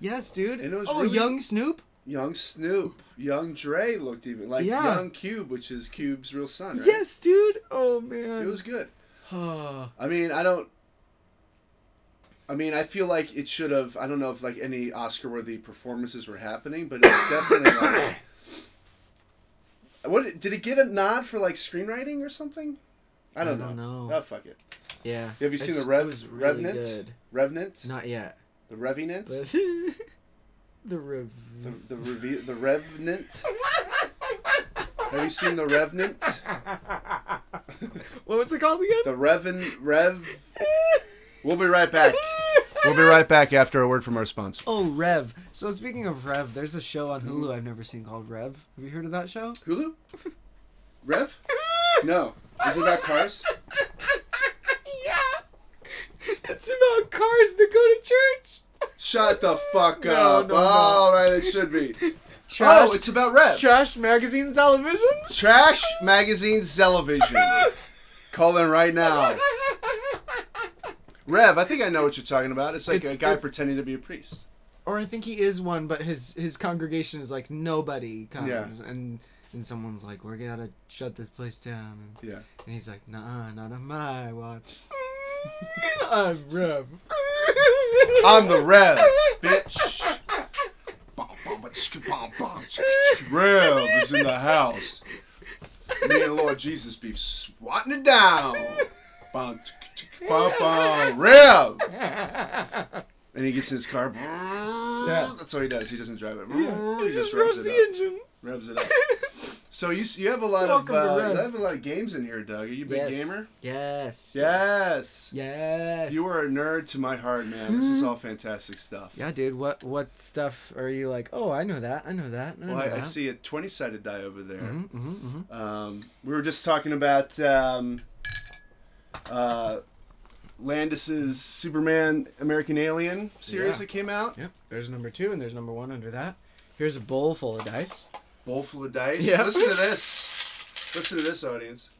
[SPEAKER 4] Yes, dude.
[SPEAKER 2] And it was
[SPEAKER 4] oh,
[SPEAKER 2] really-
[SPEAKER 4] young Snoop.
[SPEAKER 2] Young Snoop, young Dre looked even like
[SPEAKER 4] Yeah.
[SPEAKER 2] young Cube, which is Cube's real son, right?
[SPEAKER 4] Yes, dude. Oh man.
[SPEAKER 2] It was good.
[SPEAKER 4] Oh.
[SPEAKER 2] I mean, I don't. I mean, I feel like it should have. I don't know if like any Oscar-worthy performances were happening, but it's definitely like. What did it get a nod for like screenwriting or something? I don't,
[SPEAKER 4] don't
[SPEAKER 2] know.
[SPEAKER 4] know.
[SPEAKER 2] Oh fuck it.
[SPEAKER 4] Yeah.
[SPEAKER 2] Have you seen
[SPEAKER 4] It's-
[SPEAKER 2] the Rev-
[SPEAKER 4] it was really
[SPEAKER 2] Revenant?
[SPEAKER 4] Good.
[SPEAKER 2] Revenant,
[SPEAKER 4] Not yet.
[SPEAKER 2] the Revenant,
[SPEAKER 4] But the rev.
[SPEAKER 2] the the, reve- the Revenant. Have you seen the Revenant?
[SPEAKER 4] What was it called again?
[SPEAKER 2] The Reven Rev. We'll be right back. We'll be right back after a word from our sponsor.
[SPEAKER 4] Oh, Rev. So speaking of Rev, there's a show on Hulu I've never seen called Rev. Have you heard of that show?
[SPEAKER 2] Hulu? Rev? No. Is it about cars?
[SPEAKER 4] yeah. It's about cars that go to church.
[SPEAKER 2] Shut the fuck
[SPEAKER 4] No,
[SPEAKER 2] up.
[SPEAKER 4] no, no.
[SPEAKER 2] All right, it should be.
[SPEAKER 4] Trash,
[SPEAKER 2] Oh, it's about Rev.
[SPEAKER 4] trash magazine television.
[SPEAKER 2] Trash Magazine Television. Call in right now. Rev, I think I know what you're talking about. It's like
[SPEAKER 4] It's-
[SPEAKER 2] a guy
[SPEAKER 4] it's-
[SPEAKER 2] pretending to be a priest.
[SPEAKER 4] or I think he is one, but his his congregation is like nobody comes,
[SPEAKER 2] Yeah.
[SPEAKER 4] and
[SPEAKER 1] and someone's like, "We're gonna shut this place down," and,
[SPEAKER 2] Yeah.
[SPEAKER 1] and he's like, "Nah, not on my watch."
[SPEAKER 4] I'm Rev.
[SPEAKER 2] I'm the Rev, bitch. Rev is in the house. Me and Lord Jesus be swatting it down. Bum, tsk, tsk, bum, bum. Rev. And he gets in his car.
[SPEAKER 4] Yeah.
[SPEAKER 2] That's all he does. He doesn't drive it. He just revs
[SPEAKER 4] revs the
[SPEAKER 2] it up.
[SPEAKER 4] engine.
[SPEAKER 2] Revs it up. So you you have a lot
[SPEAKER 4] Welcome to
[SPEAKER 2] of uh,
[SPEAKER 4] Rev.
[SPEAKER 2] you have a lot of games in here, Doug. Are you a big
[SPEAKER 1] Yes.
[SPEAKER 2] gamer?
[SPEAKER 1] Yes.
[SPEAKER 2] Yes.
[SPEAKER 1] Yes.
[SPEAKER 2] You are a nerd to my heart, man. This is
[SPEAKER 4] Hmm.
[SPEAKER 2] all fantastic stuff.
[SPEAKER 1] yeah, dude. What what stuff are you like? Oh, I know that. I know that. I know
[SPEAKER 2] Well, I, I
[SPEAKER 1] that.
[SPEAKER 2] see a 20 sided die over there.
[SPEAKER 1] hmm hmm
[SPEAKER 2] Um, we were just talking about um, uh, Landis's Superman American Alien series
[SPEAKER 1] Yeah.
[SPEAKER 2] that came out.
[SPEAKER 1] Yep. There's number two and there's number one under that. Here's a bowl full of dice.
[SPEAKER 2] Bowl full of dice.
[SPEAKER 1] Yeah.
[SPEAKER 2] Listen to this. Listen to this, audience.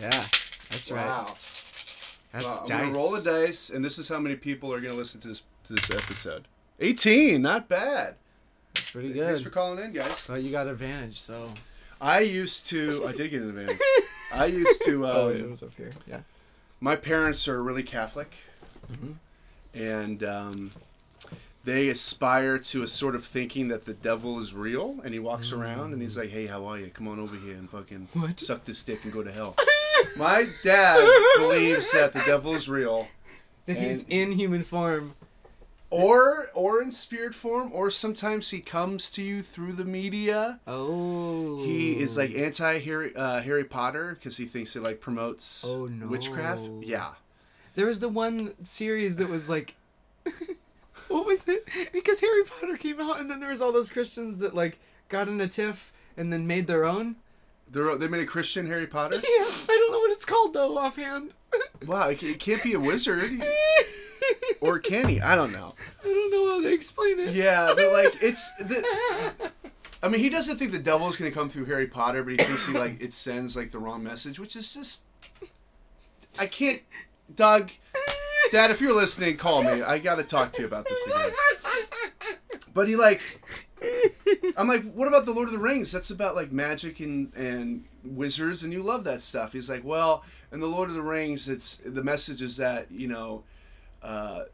[SPEAKER 1] Yeah. That's right.
[SPEAKER 2] Wow.
[SPEAKER 1] That's
[SPEAKER 2] Wow. I'm
[SPEAKER 1] dice.
[SPEAKER 2] gonna roll a dice, and this is how many people are gonna listen to this to this episode. 18. Not bad.
[SPEAKER 1] Pretty
[SPEAKER 2] Thanks for
[SPEAKER 1] good.
[SPEAKER 2] calling in, guys.
[SPEAKER 1] Well, you got advantage, so.
[SPEAKER 2] I used to. I did get an advantage. I used to. Um,
[SPEAKER 1] Oh, it was up here. Yeah.
[SPEAKER 2] my parents are really Catholic,
[SPEAKER 1] Mm-hmm.
[SPEAKER 2] and um, they aspire to a sort of thinking that the devil is real, and he walks around and he's like, "Hey, how are you? Come on over here and fucking
[SPEAKER 1] Mm. What?
[SPEAKER 2] suck this dick and go to hell." my dad believes that the devil is real,
[SPEAKER 1] That he's
[SPEAKER 2] And-
[SPEAKER 1] in human form.
[SPEAKER 2] or or in spirit form, or sometimes he comes to you through the media.
[SPEAKER 1] Oh.
[SPEAKER 2] He is like anti Harry uh, Harry Potter because he thinks it like promotes
[SPEAKER 1] Oh, no.
[SPEAKER 2] witchcraft. Yeah.
[SPEAKER 1] There was the one series that was like. what was it? Because Harry Potter came out, and then there was all those Christians that like got in a tiff and then made their own.
[SPEAKER 2] They're, they made a Christian Harry Potter.
[SPEAKER 1] Yeah, I don't know what it's called though, offhand.
[SPEAKER 2] Wow, it ca- it can't be a wizard.
[SPEAKER 1] I
[SPEAKER 2] Or can he? I don't know.
[SPEAKER 1] don't know how to explain it.
[SPEAKER 2] Yeah, but like it's the. I mean, he doesn't think the devil's gonna come through Harry Potter, but he thinks he like it sends like the wrong message, which is just. I can't, Doug, Dad. If you're listening, call me. I gotta talk to you about this again. But he like, I'm like, what about the Lord of the Rings? That's about like magic and and wizards, and you love that stuff. He's like, well, in the Lord of the Rings, it's the message is that you know. Uh,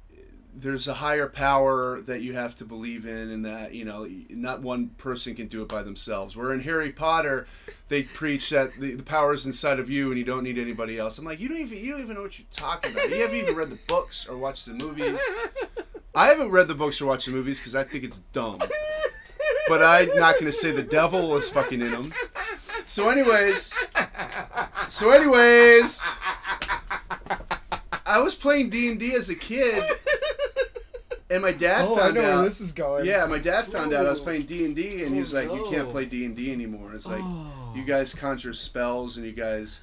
[SPEAKER 2] there's a higher power that you have to believe in and that you know not one person can do it by themselves where in harry potter they preach that the, the power is inside of you and you don't need anybody else i'm like you don't even you don't even know what you're talking about you haven't even read the books or watched the movies i haven't read the books or watched the movies because i think it's dumb but i'm not going to say the devil was fucking in them so anyways so anyways i was playing d&d as a kid and my dad
[SPEAKER 4] Oh, I
[SPEAKER 2] found
[SPEAKER 4] know
[SPEAKER 2] out
[SPEAKER 4] where this is going.
[SPEAKER 2] yeah, my dad found out I was
[SPEAKER 1] Ooh.
[SPEAKER 2] playing D and D, and he was
[SPEAKER 1] Oh,
[SPEAKER 2] like, "You can't
[SPEAKER 1] no.
[SPEAKER 2] play D and D anymore." It's like
[SPEAKER 1] Oh.
[SPEAKER 2] you guys conjure spells and you guys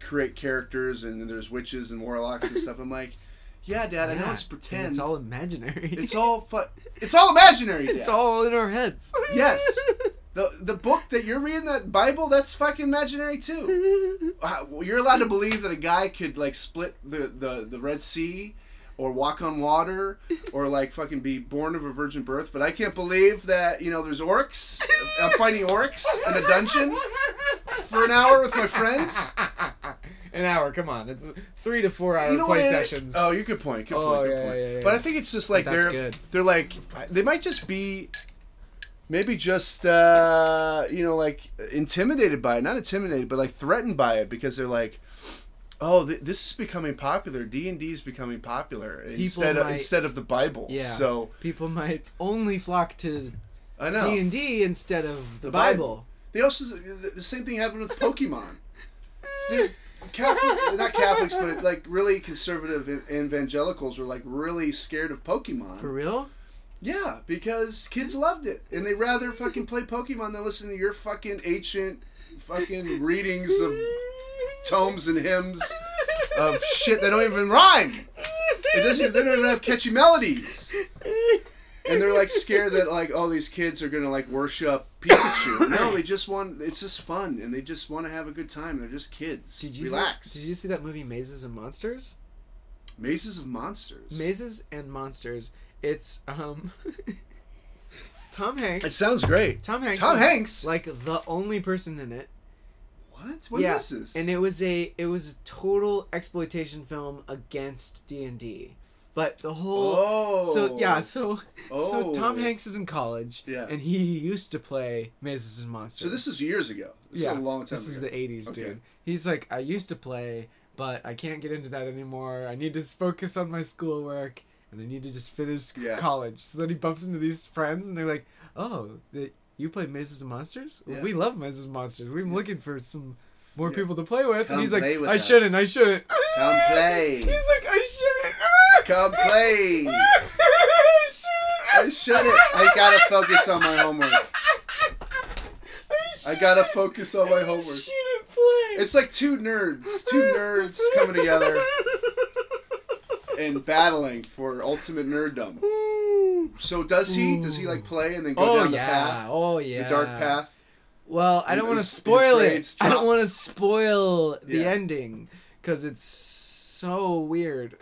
[SPEAKER 2] create characters, and then there's witches and warlocks and stuff. I'm like, "Yeah, Dad, I know
[SPEAKER 1] Yeah,
[SPEAKER 2] it's
[SPEAKER 1] and
[SPEAKER 2] pretend.
[SPEAKER 1] It's all imaginary.
[SPEAKER 2] it's all fu- it's all imaginary. Dad.
[SPEAKER 1] It's all in our heads.
[SPEAKER 2] yes." The, the book that you're reading that Bible that's fucking imaginary too. Uh, You're allowed to believe that a guy could like split the, the, the Red Sea, or walk on water, or like fucking be born of a virgin birth. But I can't believe that you know there's orcs. I'm fighting orcs in a dungeon for an hour with my friends.
[SPEAKER 4] An hour, come on. It's three to four hour
[SPEAKER 2] You know
[SPEAKER 4] play
[SPEAKER 2] what?
[SPEAKER 4] sessions.
[SPEAKER 2] Oh, you good point. Good point.
[SPEAKER 4] Oh,
[SPEAKER 2] good
[SPEAKER 4] yeah,
[SPEAKER 2] point.
[SPEAKER 4] yeah, yeah,
[SPEAKER 2] But I
[SPEAKER 4] yeah.
[SPEAKER 2] think it's just like
[SPEAKER 1] That's
[SPEAKER 2] they're
[SPEAKER 1] good.
[SPEAKER 2] they're like they might just be maybe just uh, you know like intimidated by it, not intimidated, but like threatened by it because they're like. Oh, th- this is becoming popular. D and D is becoming popular instead of
[SPEAKER 1] might-
[SPEAKER 2] instead of the Bible.
[SPEAKER 1] Yeah.
[SPEAKER 2] So
[SPEAKER 1] People might only flock to
[SPEAKER 2] I know
[SPEAKER 1] D and D instead of the,
[SPEAKER 2] The Bible.
[SPEAKER 1] Bible.
[SPEAKER 2] They also the the same thing happened with Pokemon. They're Catholic, not Catholics, but like really conservative ev- evangelicals were like really scared of Pokemon.
[SPEAKER 1] For real?
[SPEAKER 2] yeah, because kids loved it, and they rather fucking play Pokemon than listen to your fucking ancient fucking readings of tomes and hymns
[SPEAKER 4] Uh,
[SPEAKER 2] of shit that don't even rhyme. It doesn't. They don't even have catchy melodies. And they're like scared that like all these kids are gonna like worship Pikachu. No, they just want. It's just fun, and they just want to have a good time. They're just kids.
[SPEAKER 1] Did you see-
[SPEAKER 2] Relax.
[SPEAKER 1] did you see that movie Mazes and Monsters?
[SPEAKER 2] Mazes of monsters.
[SPEAKER 1] Mazes and Monsters. It's um
[SPEAKER 4] Tom Hanks.
[SPEAKER 2] It sounds great.
[SPEAKER 4] Tom Hanks.
[SPEAKER 2] Tom
[SPEAKER 4] is,
[SPEAKER 2] Hanks?
[SPEAKER 4] Like the only person in it.
[SPEAKER 2] What? What
[SPEAKER 4] yeah.
[SPEAKER 2] is this?
[SPEAKER 4] And it was a it was a total exploitation film against D and D. But the whole
[SPEAKER 2] oh.
[SPEAKER 4] So yeah, so so Tom
[SPEAKER 2] Oh.
[SPEAKER 4] Hanks is in college,
[SPEAKER 2] Yeah.
[SPEAKER 4] and he used to play Mazes and Monsters.
[SPEAKER 2] So this is years ago. This
[SPEAKER 4] yeah,
[SPEAKER 2] is a long time
[SPEAKER 4] This is
[SPEAKER 2] ago.
[SPEAKER 4] the '80s,
[SPEAKER 2] Okay.
[SPEAKER 4] dude. He's like, I used to play, but I can't get into that anymore. I need to s- focus on my schoolwork, and I need to just finish c-
[SPEAKER 2] Yeah.
[SPEAKER 4] college. So then he bumps into these friends, and they're like, "Oh, the, you play Mazes and Monsters? Well,
[SPEAKER 2] Yeah.
[SPEAKER 4] We love Mazes and Monsters. We're looking for some." More
[SPEAKER 2] Yeah.
[SPEAKER 4] people to play with,
[SPEAKER 2] Come
[SPEAKER 4] and he's like,
[SPEAKER 2] play with
[SPEAKER 4] "I
[SPEAKER 2] us.
[SPEAKER 4] shouldn't, I shouldn't."
[SPEAKER 2] Come play.
[SPEAKER 4] He's like, "I shouldn't."
[SPEAKER 2] Come play.
[SPEAKER 4] I shouldn't.
[SPEAKER 2] I shouldn't. I gotta focus on my homework. I gotta focus on my homework.
[SPEAKER 4] Shouldn't play.
[SPEAKER 2] It's like two nerds, two nerds coming together and battling for ultimate nerddom. So does he? Does he like play and then go
[SPEAKER 4] oh
[SPEAKER 2] down the
[SPEAKER 4] yeah.
[SPEAKER 2] path,
[SPEAKER 4] Oh yeah.
[SPEAKER 2] the dark path?
[SPEAKER 4] Well, I don't
[SPEAKER 2] His-
[SPEAKER 4] want to
[SPEAKER 2] his
[SPEAKER 4] spoil it.
[SPEAKER 2] grades
[SPEAKER 4] I don't
[SPEAKER 2] drop.
[SPEAKER 4] want to spoil the
[SPEAKER 2] Yeah.
[SPEAKER 4] ending because it's so weird.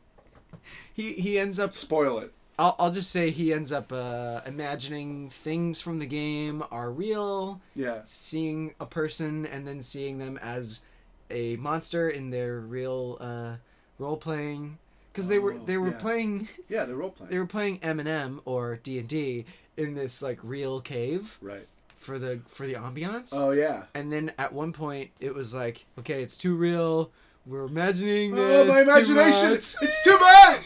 [SPEAKER 4] he he ends up
[SPEAKER 2] Spoil it.
[SPEAKER 4] I'll, I'll just say he ends up uh, imagining things from the game are real,
[SPEAKER 2] Yeah.
[SPEAKER 4] seeing a person and then seeing them as a monster in their real uh, role playing because they were
[SPEAKER 2] Oh,
[SPEAKER 4] they were
[SPEAKER 2] yeah.
[SPEAKER 4] playing
[SPEAKER 2] Yeah, they're role
[SPEAKER 4] they
[SPEAKER 2] playing.
[SPEAKER 4] were playing M&M or D&D in this like real cave
[SPEAKER 2] Right.
[SPEAKER 4] for the for the ambiance.
[SPEAKER 2] Oh yeah.
[SPEAKER 4] And then at one point it was like, okay, it's too real. We're imagining
[SPEAKER 2] Oh,
[SPEAKER 4] this.
[SPEAKER 2] my
[SPEAKER 4] too
[SPEAKER 2] imagination!
[SPEAKER 4] much."
[SPEAKER 2] It's too much!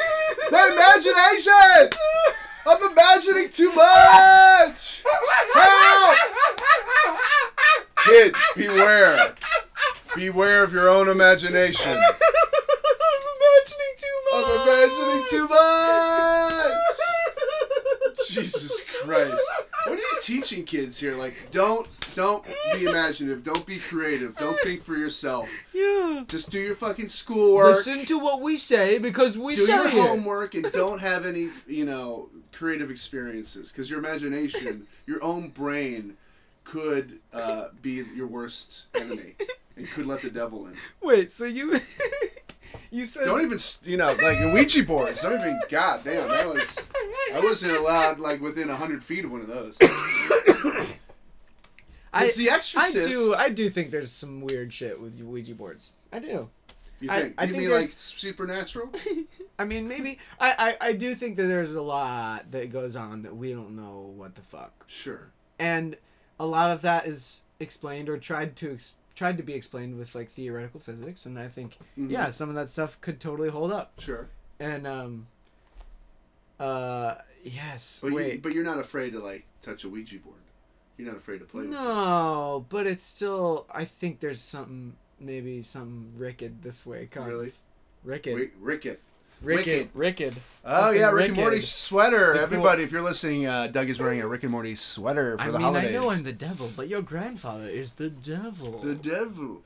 [SPEAKER 2] My imagination! I'm imagining too much! Help! Kids, beware! Beware of your own imagination.
[SPEAKER 4] I'm imagining too much.
[SPEAKER 2] I'm imagining too much! Jesus Christ. What are you teaching kids here? Like, don't don't be imaginative. Don't be creative. Don't think for yourself.
[SPEAKER 4] Yeah.
[SPEAKER 2] Just do your fucking schoolwork.
[SPEAKER 4] Listen to what we say because we
[SPEAKER 2] do
[SPEAKER 4] say
[SPEAKER 2] your
[SPEAKER 4] it.
[SPEAKER 2] homework and don't have any you know creative experiences because your imagination your own brain could uh, be your worst enemy and could let the devil in
[SPEAKER 4] Wait, so you you said
[SPEAKER 2] don't even s- you know like ouija boards don't even god damn that was i wasn't allowed like within 100 feet of one of those
[SPEAKER 4] I,
[SPEAKER 2] it's the
[SPEAKER 4] I
[SPEAKER 2] exorcist
[SPEAKER 4] do I do think there's some weird shit with Ouija boards. I do.
[SPEAKER 2] you
[SPEAKER 4] I-
[SPEAKER 2] think
[SPEAKER 4] I
[SPEAKER 2] you
[SPEAKER 4] think
[SPEAKER 2] mean
[SPEAKER 4] there's-
[SPEAKER 2] like supernatural
[SPEAKER 4] I mean, maybe I, I I do think that there's a lot that goes on that we don't know what the fuck,
[SPEAKER 2] sure
[SPEAKER 4] and a lot of that is explained or tried to ex- tried to be explained with like theoretical physics, and I think
[SPEAKER 2] Mhm.
[SPEAKER 4] yeah, some of that stuff could totally hold up.
[SPEAKER 2] sure
[SPEAKER 4] And um, uh, yes.
[SPEAKER 2] but,
[SPEAKER 4] wait,
[SPEAKER 2] You, but you're not afraid to like touch a ouija board you're not afraid to play with it.
[SPEAKER 4] No, but it's still. I think there's something, maybe something ricked this way comes.
[SPEAKER 2] Really?
[SPEAKER 4] Ricked.
[SPEAKER 2] Rick, Rickett.
[SPEAKER 4] ricked. Ricked.
[SPEAKER 2] Oh yeah, Rick
[SPEAKER 4] Ricked.
[SPEAKER 2] and Morty sweater.
[SPEAKER 4] If the-
[SPEAKER 2] Everybody, if you're listening, uh, Doug is wearing a Rick and Morty sweater for
[SPEAKER 4] I
[SPEAKER 2] the
[SPEAKER 4] mean,
[SPEAKER 2] holidays.
[SPEAKER 4] I know I'm the devil, but your grandfather is the devil.
[SPEAKER 2] the devil.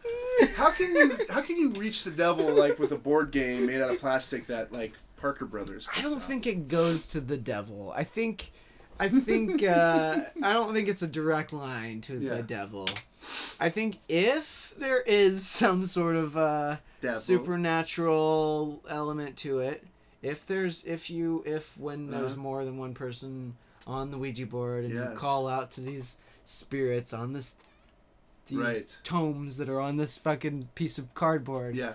[SPEAKER 2] How can you how can you reach the devil like with a board game made out of plastic that like Parker Brothers?
[SPEAKER 4] I
[SPEAKER 2] puts
[SPEAKER 4] don't
[SPEAKER 2] out?
[SPEAKER 4] think it goes to the devil. I think, I think, uh, I don't think it's a direct line to
[SPEAKER 2] Yeah.
[SPEAKER 4] the devil. I think if there is some sort of uh,
[SPEAKER 2] Devil.
[SPEAKER 4] supernatural element to it, if there's, if you, if when there's
[SPEAKER 2] Uh-huh.
[SPEAKER 4] more than one person on the Ouija board and
[SPEAKER 2] Yes.
[SPEAKER 4] you call out to these spirits on this. These
[SPEAKER 2] Right.
[SPEAKER 4] tomes that are on this fucking piece of cardboard.
[SPEAKER 2] Yeah,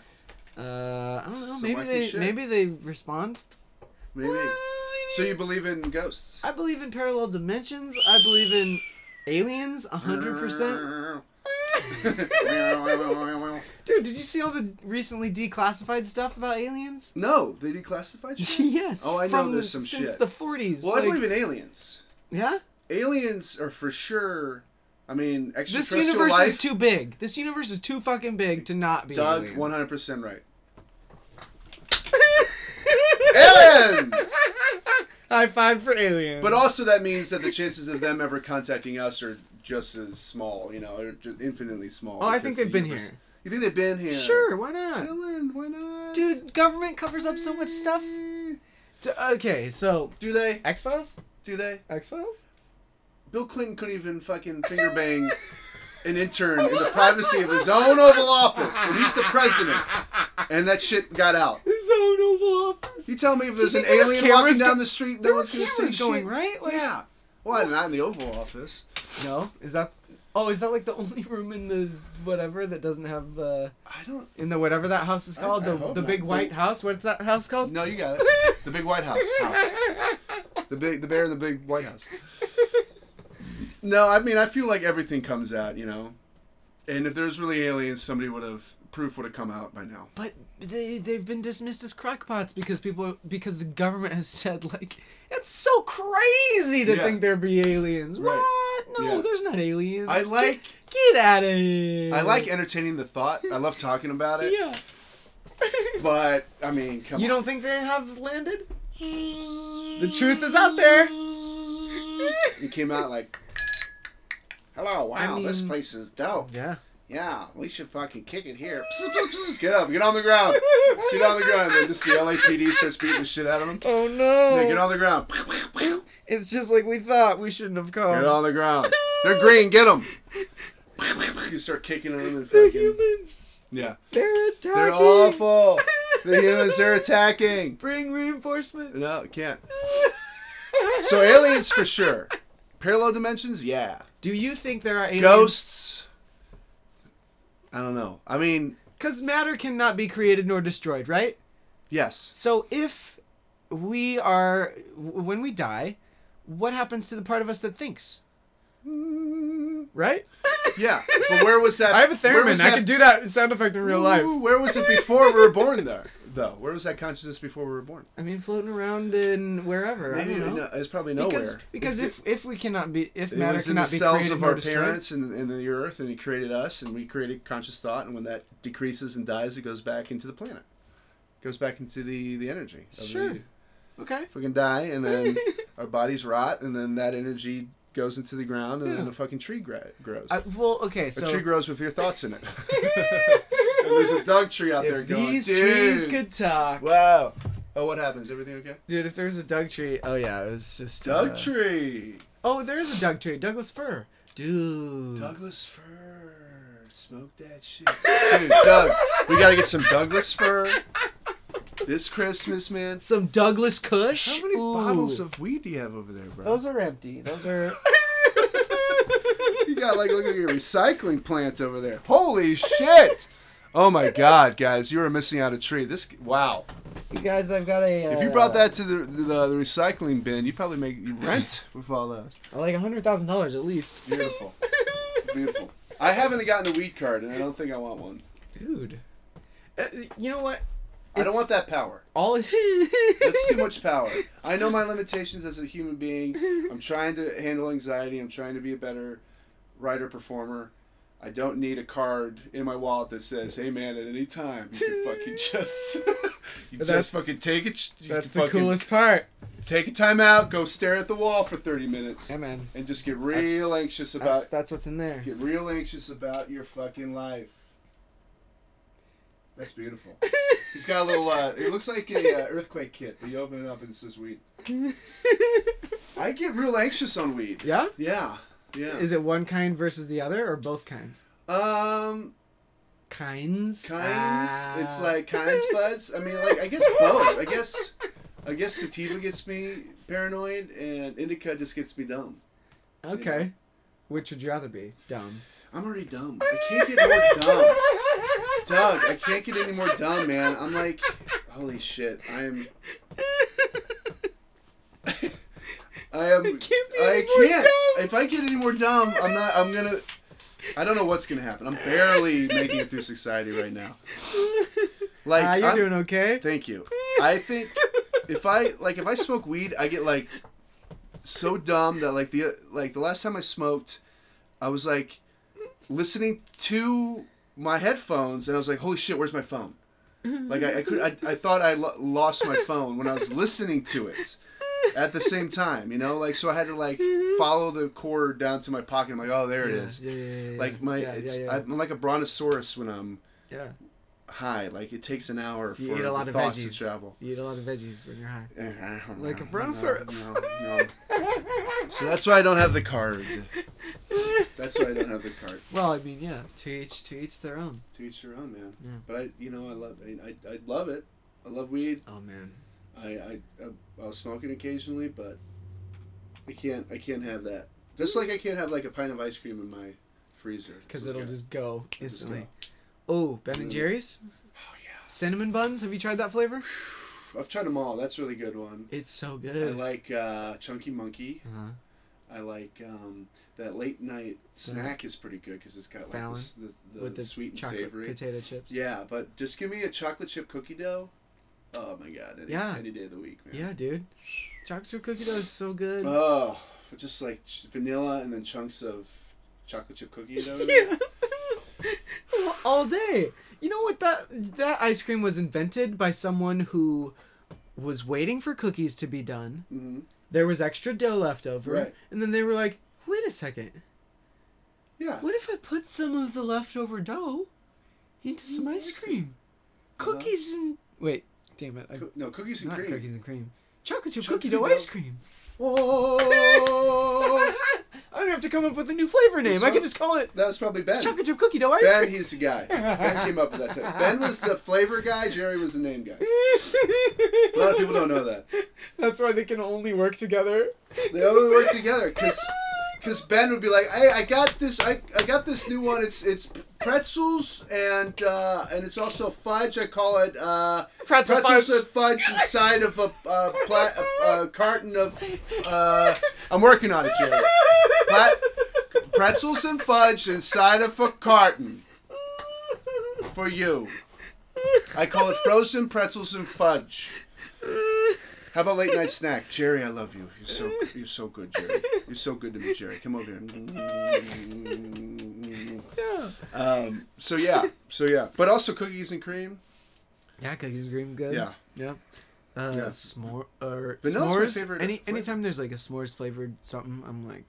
[SPEAKER 4] Uh, I don't know.
[SPEAKER 2] Some
[SPEAKER 4] Maybe
[SPEAKER 2] wacky
[SPEAKER 4] they
[SPEAKER 2] shit.
[SPEAKER 4] maybe they respond.
[SPEAKER 2] Uh, maybe.
[SPEAKER 4] Well,
[SPEAKER 2] So you believe in ghosts?
[SPEAKER 4] I believe in parallel dimensions. I believe in aliens, a hundred percent. Dude, did you see all the recently declassified stuff about aliens?
[SPEAKER 2] no, they declassified. shit?
[SPEAKER 4] yes.
[SPEAKER 2] Oh, I know
[SPEAKER 4] from
[SPEAKER 2] there's
[SPEAKER 4] the-
[SPEAKER 2] some
[SPEAKER 4] since
[SPEAKER 2] shit.
[SPEAKER 4] the forties.
[SPEAKER 2] Well, I believe in aliens.
[SPEAKER 4] Yeah,
[SPEAKER 2] Aliens are for sure. I mean,
[SPEAKER 4] this
[SPEAKER 2] extraterrestrial
[SPEAKER 4] universe
[SPEAKER 2] life.
[SPEAKER 4] is too big. This universe is too fucking big to not be.
[SPEAKER 2] Doug,
[SPEAKER 4] aliens.
[SPEAKER 2] one hundred percent right. Aliens.
[SPEAKER 4] High five for aliens.
[SPEAKER 2] But also that means that the chances of them ever contacting us are just as small, you know, or just infinitely small.
[SPEAKER 4] oh, I
[SPEAKER 2] because
[SPEAKER 4] think they've
[SPEAKER 2] the
[SPEAKER 4] been
[SPEAKER 2] universe-
[SPEAKER 4] here.
[SPEAKER 2] You think they've been here?
[SPEAKER 4] Sure, why not?
[SPEAKER 2] Chillin', why not?
[SPEAKER 4] Dude, government covers up so much stuff. D- Okay, so
[SPEAKER 2] Do they?
[SPEAKER 4] X Files,
[SPEAKER 2] Do they?
[SPEAKER 4] X Files.
[SPEAKER 2] Bill Clinton couldn't even fucking finger bang an intern in the privacy of his own Oval Office, and he's the president. And that shit got out.
[SPEAKER 4] His own Oval Office.
[SPEAKER 2] You tell me if there's an
[SPEAKER 4] think there's
[SPEAKER 2] alien
[SPEAKER 4] cameras
[SPEAKER 2] walking
[SPEAKER 4] go-
[SPEAKER 2] down the street, no
[SPEAKER 4] there were
[SPEAKER 2] one's gonna say
[SPEAKER 4] cameras going,
[SPEAKER 2] shit.
[SPEAKER 4] right? Like-
[SPEAKER 2] yeah. Well, not in the Oval Office.
[SPEAKER 4] No, is that? Oh, is that like the only room in the whatever that doesn't have uh
[SPEAKER 2] I don't.
[SPEAKER 4] in the whatever that house is
[SPEAKER 2] I-
[SPEAKER 4] called
[SPEAKER 2] I
[SPEAKER 4] the
[SPEAKER 2] hope
[SPEAKER 4] the
[SPEAKER 2] not.
[SPEAKER 4] big white house? What's that house called?
[SPEAKER 2] No, you got it. The Big White House. house. The big, the bear in the Big White House. No, I mean I feel like everything comes out, you know. And if there's really aliens, somebody would have proof would have come out by now.
[SPEAKER 4] But they they've been dismissed as crackpots because people because the government has said like it's so crazy to
[SPEAKER 2] Yeah.
[SPEAKER 4] think there be aliens.
[SPEAKER 2] Right.
[SPEAKER 4] What? No,
[SPEAKER 2] Yeah.
[SPEAKER 4] there's not aliens.
[SPEAKER 2] I
[SPEAKER 4] Get-
[SPEAKER 2] like-
[SPEAKER 4] get, out of here.
[SPEAKER 2] I like entertaining the thought. I love talking about it.
[SPEAKER 4] Yeah.
[SPEAKER 2] But I mean, come
[SPEAKER 4] you
[SPEAKER 2] on.
[SPEAKER 4] don't think they have landed? The truth is out there.
[SPEAKER 2] It came out like, hello, wow, this
[SPEAKER 4] mean-
[SPEAKER 2] place is dope.
[SPEAKER 4] yeah.
[SPEAKER 2] Yeah, we should fucking kick it here. get up, get on the ground, get on the ground. And then just the LAPD starts beating the shit out of them.
[SPEAKER 4] Oh no.
[SPEAKER 2] Get on the ground.
[SPEAKER 4] It's just like we thought. We shouldn't have come.
[SPEAKER 2] Get on the ground. They're green. Get them. You start kicking them and
[SPEAKER 4] The
[SPEAKER 2] fucking
[SPEAKER 4] humans.
[SPEAKER 2] yeah.
[SPEAKER 4] They're attacking.
[SPEAKER 2] They're awful. The humans are attacking.
[SPEAKER 4] Bring reinforcements.
[SPEAKER 2] No, can't. So aliens for sure. Parallel dimensions, yeah.
[SPEAKER 4] Do you think there are aliens?
[SPEAKER 2] Ghosts. I don't know. I mean,
[SPEAKER 4] Because matter cannot be created nor destroyed, right?
[SPEAKER 2] yes.
[SPEAKER 4] So if we are, w- when we die, what happens to the part of us that thinks? Right?
[SPEAKER 2] Yeah. But where was that?
[SPEAKER 4] I have a
[SPEAKER 2] where was
[SPEAKER 4] theremin. I
[SPEAKER 2] that-
[SPEAKER 4] could do that sound effect in real life.
[SPEAKER 2] Ooh, Where was it before we were born, though? Though, where was that consciousness before we were born?
[SPEAKER 4] I mean, floating around in wherever. I
[SPEAKER 2] Maybe
[SPEAKER 4] don't
[SPEAKER 2] no,
[SPEAKER 4] know.
[SPEAKER 2] it's probably nowhere.
[SPEAKER 4] Because, because if, if we cannot be, if
[SPEAKER 2] it
[SPEAKER 4] matter
[SPEAKER 2] was in the
[SPEAKER 4] cannot be
[SPEAKER 2] cells
[SPEAKER 4] created
[SPEAKER 2] of
[SPEAKER 4] nor
[SPEAKER 2] our
[SPEAKER 4] destroyed,
[SPEAKER 2] parents and, and the earth, and he created us, and we created conscious thought. And when that decreases and dies, it goes back into the planet, goes back into the the energy. Of
[SPEAKER 4] Sure.
[SPEAKER 2] The,
[SPEAKER 4] okay.
[SPEAKER 2] fucking die, and then our bodies rot, and then that energy goes into the ground, and then
[SPEAKER 4] Yeah.
[SPEAKER 2] a fucking tree gra- grows.
[SPEAKER 4] I, well, okay,
[SPEAKER 2] a
[SPEAKER 4] so
[SPEAKER 2] tree grows with your thoughts in it. and there's a dog tree out there
[SPEAKER 4] if
[SPEAKER 2] going.
[SPEAKER 4] these
[SPEAKER 2] Dude,
[SPEAKER 4] trees could talk,
[SPEAKER 2] Wow. Oh, what happens? Everything okay?
[SPEAKER 4] dude. If there was a Doug tree, oh yeah, it was just
[SPEAKER 2] Doug
[SPEAKER 4] uh,
[SPEAKER 2] tree.
[SPEAKER 4] Oh, there is a Doug tree, Douglas fir, dude.
[SPEAKER 2] Douglas fir. Smoke that shit. Dude, Doug, we gotta get some Douglas fir this Christmas, man.
[SPEAKER 4] Some Douglas Kush.
[SPEAKER 2] How many
[SPEAKER 4] Ooh.
[SPEAKER 2] bottles of weed do you have over there, bro?
[SPEAKER 4] Those are empty. Those are.
[SPEAKER 2] you got like look at your recycling plant over there. Holy shit! Oh my god, guys, you are missing out a tree. This wow.
[SPEAKER 4] you guys, I've got a. Uh,
[SPEAKER 2] If you brought that to the the, the recycling bin, you probably make you rent with all those.
[SPEAKER 4] like a hundred thousand dollars at least.
[SPEAKER 2] Beautiful, beautiful. I haven't gotten a weed card, and I don't think I want one.
[SPEAKER 4] Dude, uh, you know what?
[SPEAKER 2] I don't want that power.
[SPEAKER 4] All.
[SPEAKER 2] That's too much power. I know my limitations as a human being. I'm trying to handle anxiety. I'm trying to be a better writer performer. I don't need a card in my wallet that says, "Hey man, at any time you can fucking just you
[SPEAKER 4] That's-
[SPEAKER 2] just fucking take it. You
[SPEAKER 4] That's
[SPEAKER 2] can
[SPEAKER 4] the
[SPEAKER 2] fucking
[SPEAKER 4] coolest part.
[SPEAKER 2] Take a time out, go stare at the wall for 30 minutes,
[SPEAKER 4] Yeah, man.
[SPEAKER 2] and just get real
[SPEAKER 4] That's-
[SPEAKER 2] anxious
[SPEAKER 4] That's,
[SPEAKER 2] about
[SPEAKER 4] that's what's in there.
[SPEAKER 2] get real anxious about your fucking life." That's beautiful. He's got a little. Uh, it looks like a uh, earthquake kit, but you open it up and it says weed. I get real anxious on weed.
[SPEAKER 4] yeah.
[SPEAKER 2] Yeah. Yeah.
[SPEAKER 4] Is it one kind versus the other, or both kinds?
[SPEAKER 2] um,
[SPEAKER 4] Kinds.
[SPEAKER 2] kinds. It's
[SPEAKER 4] Ah.
[SPEAKER 2] like kinds buds. I mean, like I guess both. I guess, I guess sativa gets me paranoid, and indica just gets me dumb.
[SPEAKER 4] Okay. Which would you rather be? Dumb.
[SPEAKER 2] I'm already dumb. I can't get more dumb. Doug, I can't get any more dumb, man. I'm like, holy shit. I am. I am. I
[SPEAKER 4] can't be any more
[SPEAKER 2] can't.
[SPEAKER 4] dumb.
[SPEAKER 2] If I get any more dumb, I'm not. I'm gonna. I don't know what's gonna happen. I'm barely making it through society right now. Like,
[SPEAKER 4] Ah, you're
[SPEAKER 2] I'm-
[SPEAKER 4] doing okay.
[SPEAKER 2] thank you. I think if I like, if I smoke weed, I get like so dumb that like the like the last time I smoked, I was like listening to my headphones, and I was like, holy shit, where's my phone? Like I, I could I, I thought I lo- lost my phone when I was listening to it at the same time, you know, like so I had to like follow the cord down to my pocket. I'm like, oh, there it is.
[SPEAKER 4] Yeah, yeah, yeah, yeah.
[SPEAKER 2] Like my,
[SPEAKER 4] yeah,
[SPEAKER 2] it's,
[SPEAKER 4] yeah, yeah.
[SPEAKER 2] I'm like a brontosaurus when I'm
[SPEAKER 4] yeah.
[SPEAKER 2] high. Like it takes an hour
[SPEAKER 4] You
[SPEAKER 2] for
[SPEAKER 4] eat a lot
[SPEAKER 2] the
[SPEAKER 4] of
[SPEAKER 2] thoughts
[SPEAKER 4] veggies.
[SPEAKER 2] to travel.
[SPEAKER 4] You eat a lot of veggies when you're high. Ah,
[SPEAKER 2] Like
[SPEAKER 4] Like a brontosaurus.
[SPEAKER 2] So that's why I don't have the card. That's why I don't have the card.
[SPEAKER 4] Well, I mean, yeah. To each, to each their own.
[SPEAKER 2] To each your own, man.
[SPEAKER 4] Yeah.
[SPEAKER 2] But I, you know, I love, I, I, I love it. I love weed.
[SPEAKER 4] Oh man.
[SPEAKER 2] I, I, I, I was smoking occasionally, but I can't. I can't have that. Just like I can't have like a pint of ice cream in my freezer.
[SPEAKER 4] because
[SPEAKER 2] Just
[SPEAKER 4] it'll
[SPEAKER 2] go-
[SPEAKER 4] just go
[SPEAKER 2] just
[SPEAKER 4] instantly.
[SPEAKER 2] go.
[SPEAKER 4] Oh, Ben and Jerry's
[SPEAKER 2] Oh yeah.
[SPEAKER 4] cinnamon buns. Have you tried that flavor?
[SPEAKER 2] I've tried them all. That's a really good one.
[SPEAKER 4] It's so
[SPEAKER 2] I
[SPEAKER 4] good.
[SPEAKER 2] like uh, Chunky Monkey.
[SPEAKER 4] Uh-huh.
[SPEAKER 2] I like um, that late night snack is pretty good because it's got like
[SPEAKER 4] Fallon.
[SPEAKER 2] this, the, the,
[SPEAKER 4] With the
[SPEAKER 2] sweet and
[SPEAKER 4] chocolate
[SPEAKER 2] savory.
[SPEAKER 4] potato chips.
[SPEAKER 2] Yeah, but just give me a chocolate chip cookie dough. Oh my god! Any,
[SPEAKER 4] Yeah.
[SPEAKER 2] Any day of the week, man.
[SPEAKER 4] Yeah, dude. Chocolate chip cookie dough is so good.
[SPEAKER 2] Oh, just like ch- vanilla and then chunks of chocolate chip cookie dough.
[SPEAKER 4] yeah. All day. You know what that that ice cream was invented by someone who was waiting for cookies to be done.
[SPEAKER 2] hmm
[SPEAKER 4] There was extra dough left over,
[SPEAKER 2] Right.
[SPEAKER 4] and then they were like, "Wait a second.
[SPEAKER 2] Yeah.
[SPEAKER 4] What if I put some of the leftover dough into some ice cream? Cookies and wait, damn it. I,
[SPEAKER 2] Coo- no cookies and
[SPEAKER 4] not
[SPEAKER 2] cream.
[SPEAKER 4] cookies and cream. Chocolate chip
[SPEAKER 2] Chocolate
[SPEAKER 4] cookie dough
[SPEAKER 2] dough.
[SPEAKER 4] ice cream.
[SPEAKER 2] Oh,
[SPEAKER 4] I don't have to come up with a new flavor name. I
[SPEAKER 2] one-
[SPEAKER 4] can just call it
[SPEAKER 2] that was probably Ben.
[SPEAKER 4] chocolate chip cookie dough ice cream.
[SPEAKER 2] Ben, he's the guy. Ben came up with that. Type. Ben was the flavor guy. Jerry was the name guy. A lot of people don't know that.
[SPEAKER 4] That's why they can only work together.
[SPEAKER 2] They only work together because Ben would be like, "Hey, I got this. I, I got this new one. It's it's pretzels and uh, and it's also fudge. I call it uh,
[SPEAKER 4] Pretzel
[SPEAKER 2] pretzels
[SPEAKER 4] fudge.
[SPEAKER 2] and fudge inside of a, a, pla- a, a carton of. Uh, I'm working on it, Jerry. Pla- pretzels and fudge inside of a carton for you. I call it frozen pretzels and fudge. How about late night snack, Jerry? I love you. You're so you're so good, Jerry. You're so good to me, Jerry. Come over here.
[SPEAKER 4] Yeah.
[SPEAKER 2] Um, so yeah, so yeah, but also cookies and cream.
[SPEAKER 4] Yeah, cookies and cream good.
[SPEAKER 2] Yeah.
[SPEAKER 4] Yeah. Uh,
[SPEAKER 2] Yeah.
[SPEAKER 4] s'more or
[SPEAKER 2] Vanilla's my
[SPEAKER 4] s'mores.
[SPEAKER 2] favorite
[SPEAKER 4] Any
[SPEAKER 2] flavor.
[SPEAKER 4] anytime there's like a s'mores flavored something, I'm like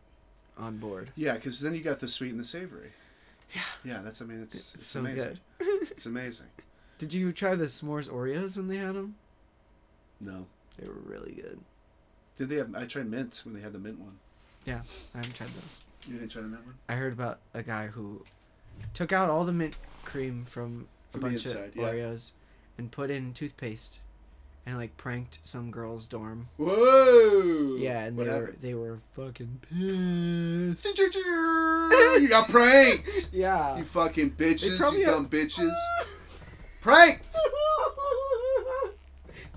[SPEAKER 4] on board.
[SPEAKER 2] Yeah, because then you got the sweet and the savory. Yeah. Yeah, that's I mean it's, it's
[SPEAKER 4] so
[SPEAKER 2] amazing. It's amazing.
[SPEAKER 4] Did you try the s'mores Oreos when they had them?
[SPEAKER 2] No,
[SPEAKER 4] They were really good.
[SPEAKER 2] did they have? I tried mint when they had the mint one.
[SPEAKER 4] I haven't tried those.
[SPEAKER 2] You didn't try the mint one.
[SPEAKER 4] I heard about a guy who took out all the mint cream from a
[SPEAKER 2] From the
[SPEAKER 4] bunch
[SPEAKER 2] inside,
[SPEAKER 4] of
[SPEAKER 2] yeah.
[SPEAKER 4] Oreos and put in toothpaste and like pranked some girl's dorm.
[SPEAKER 2] Whoa!
[SPEAKER 4] Yeah, and
[SPEAKER 2] what
[SPEAKER 4] they
[SPEAKER 2] happened?
[SPEAKER 4] were they were fucking pissed.
[SPEAKER 2] You got pranked.
[SPEAKER 4] Yeah.
[SPEAKER 2] You fucking bitches!
[SPEAKER 4] probably
[SPEAKER 2] You
[SPEAKER 4] have-
[SPEAKER 2] dumb bitches! Pranked.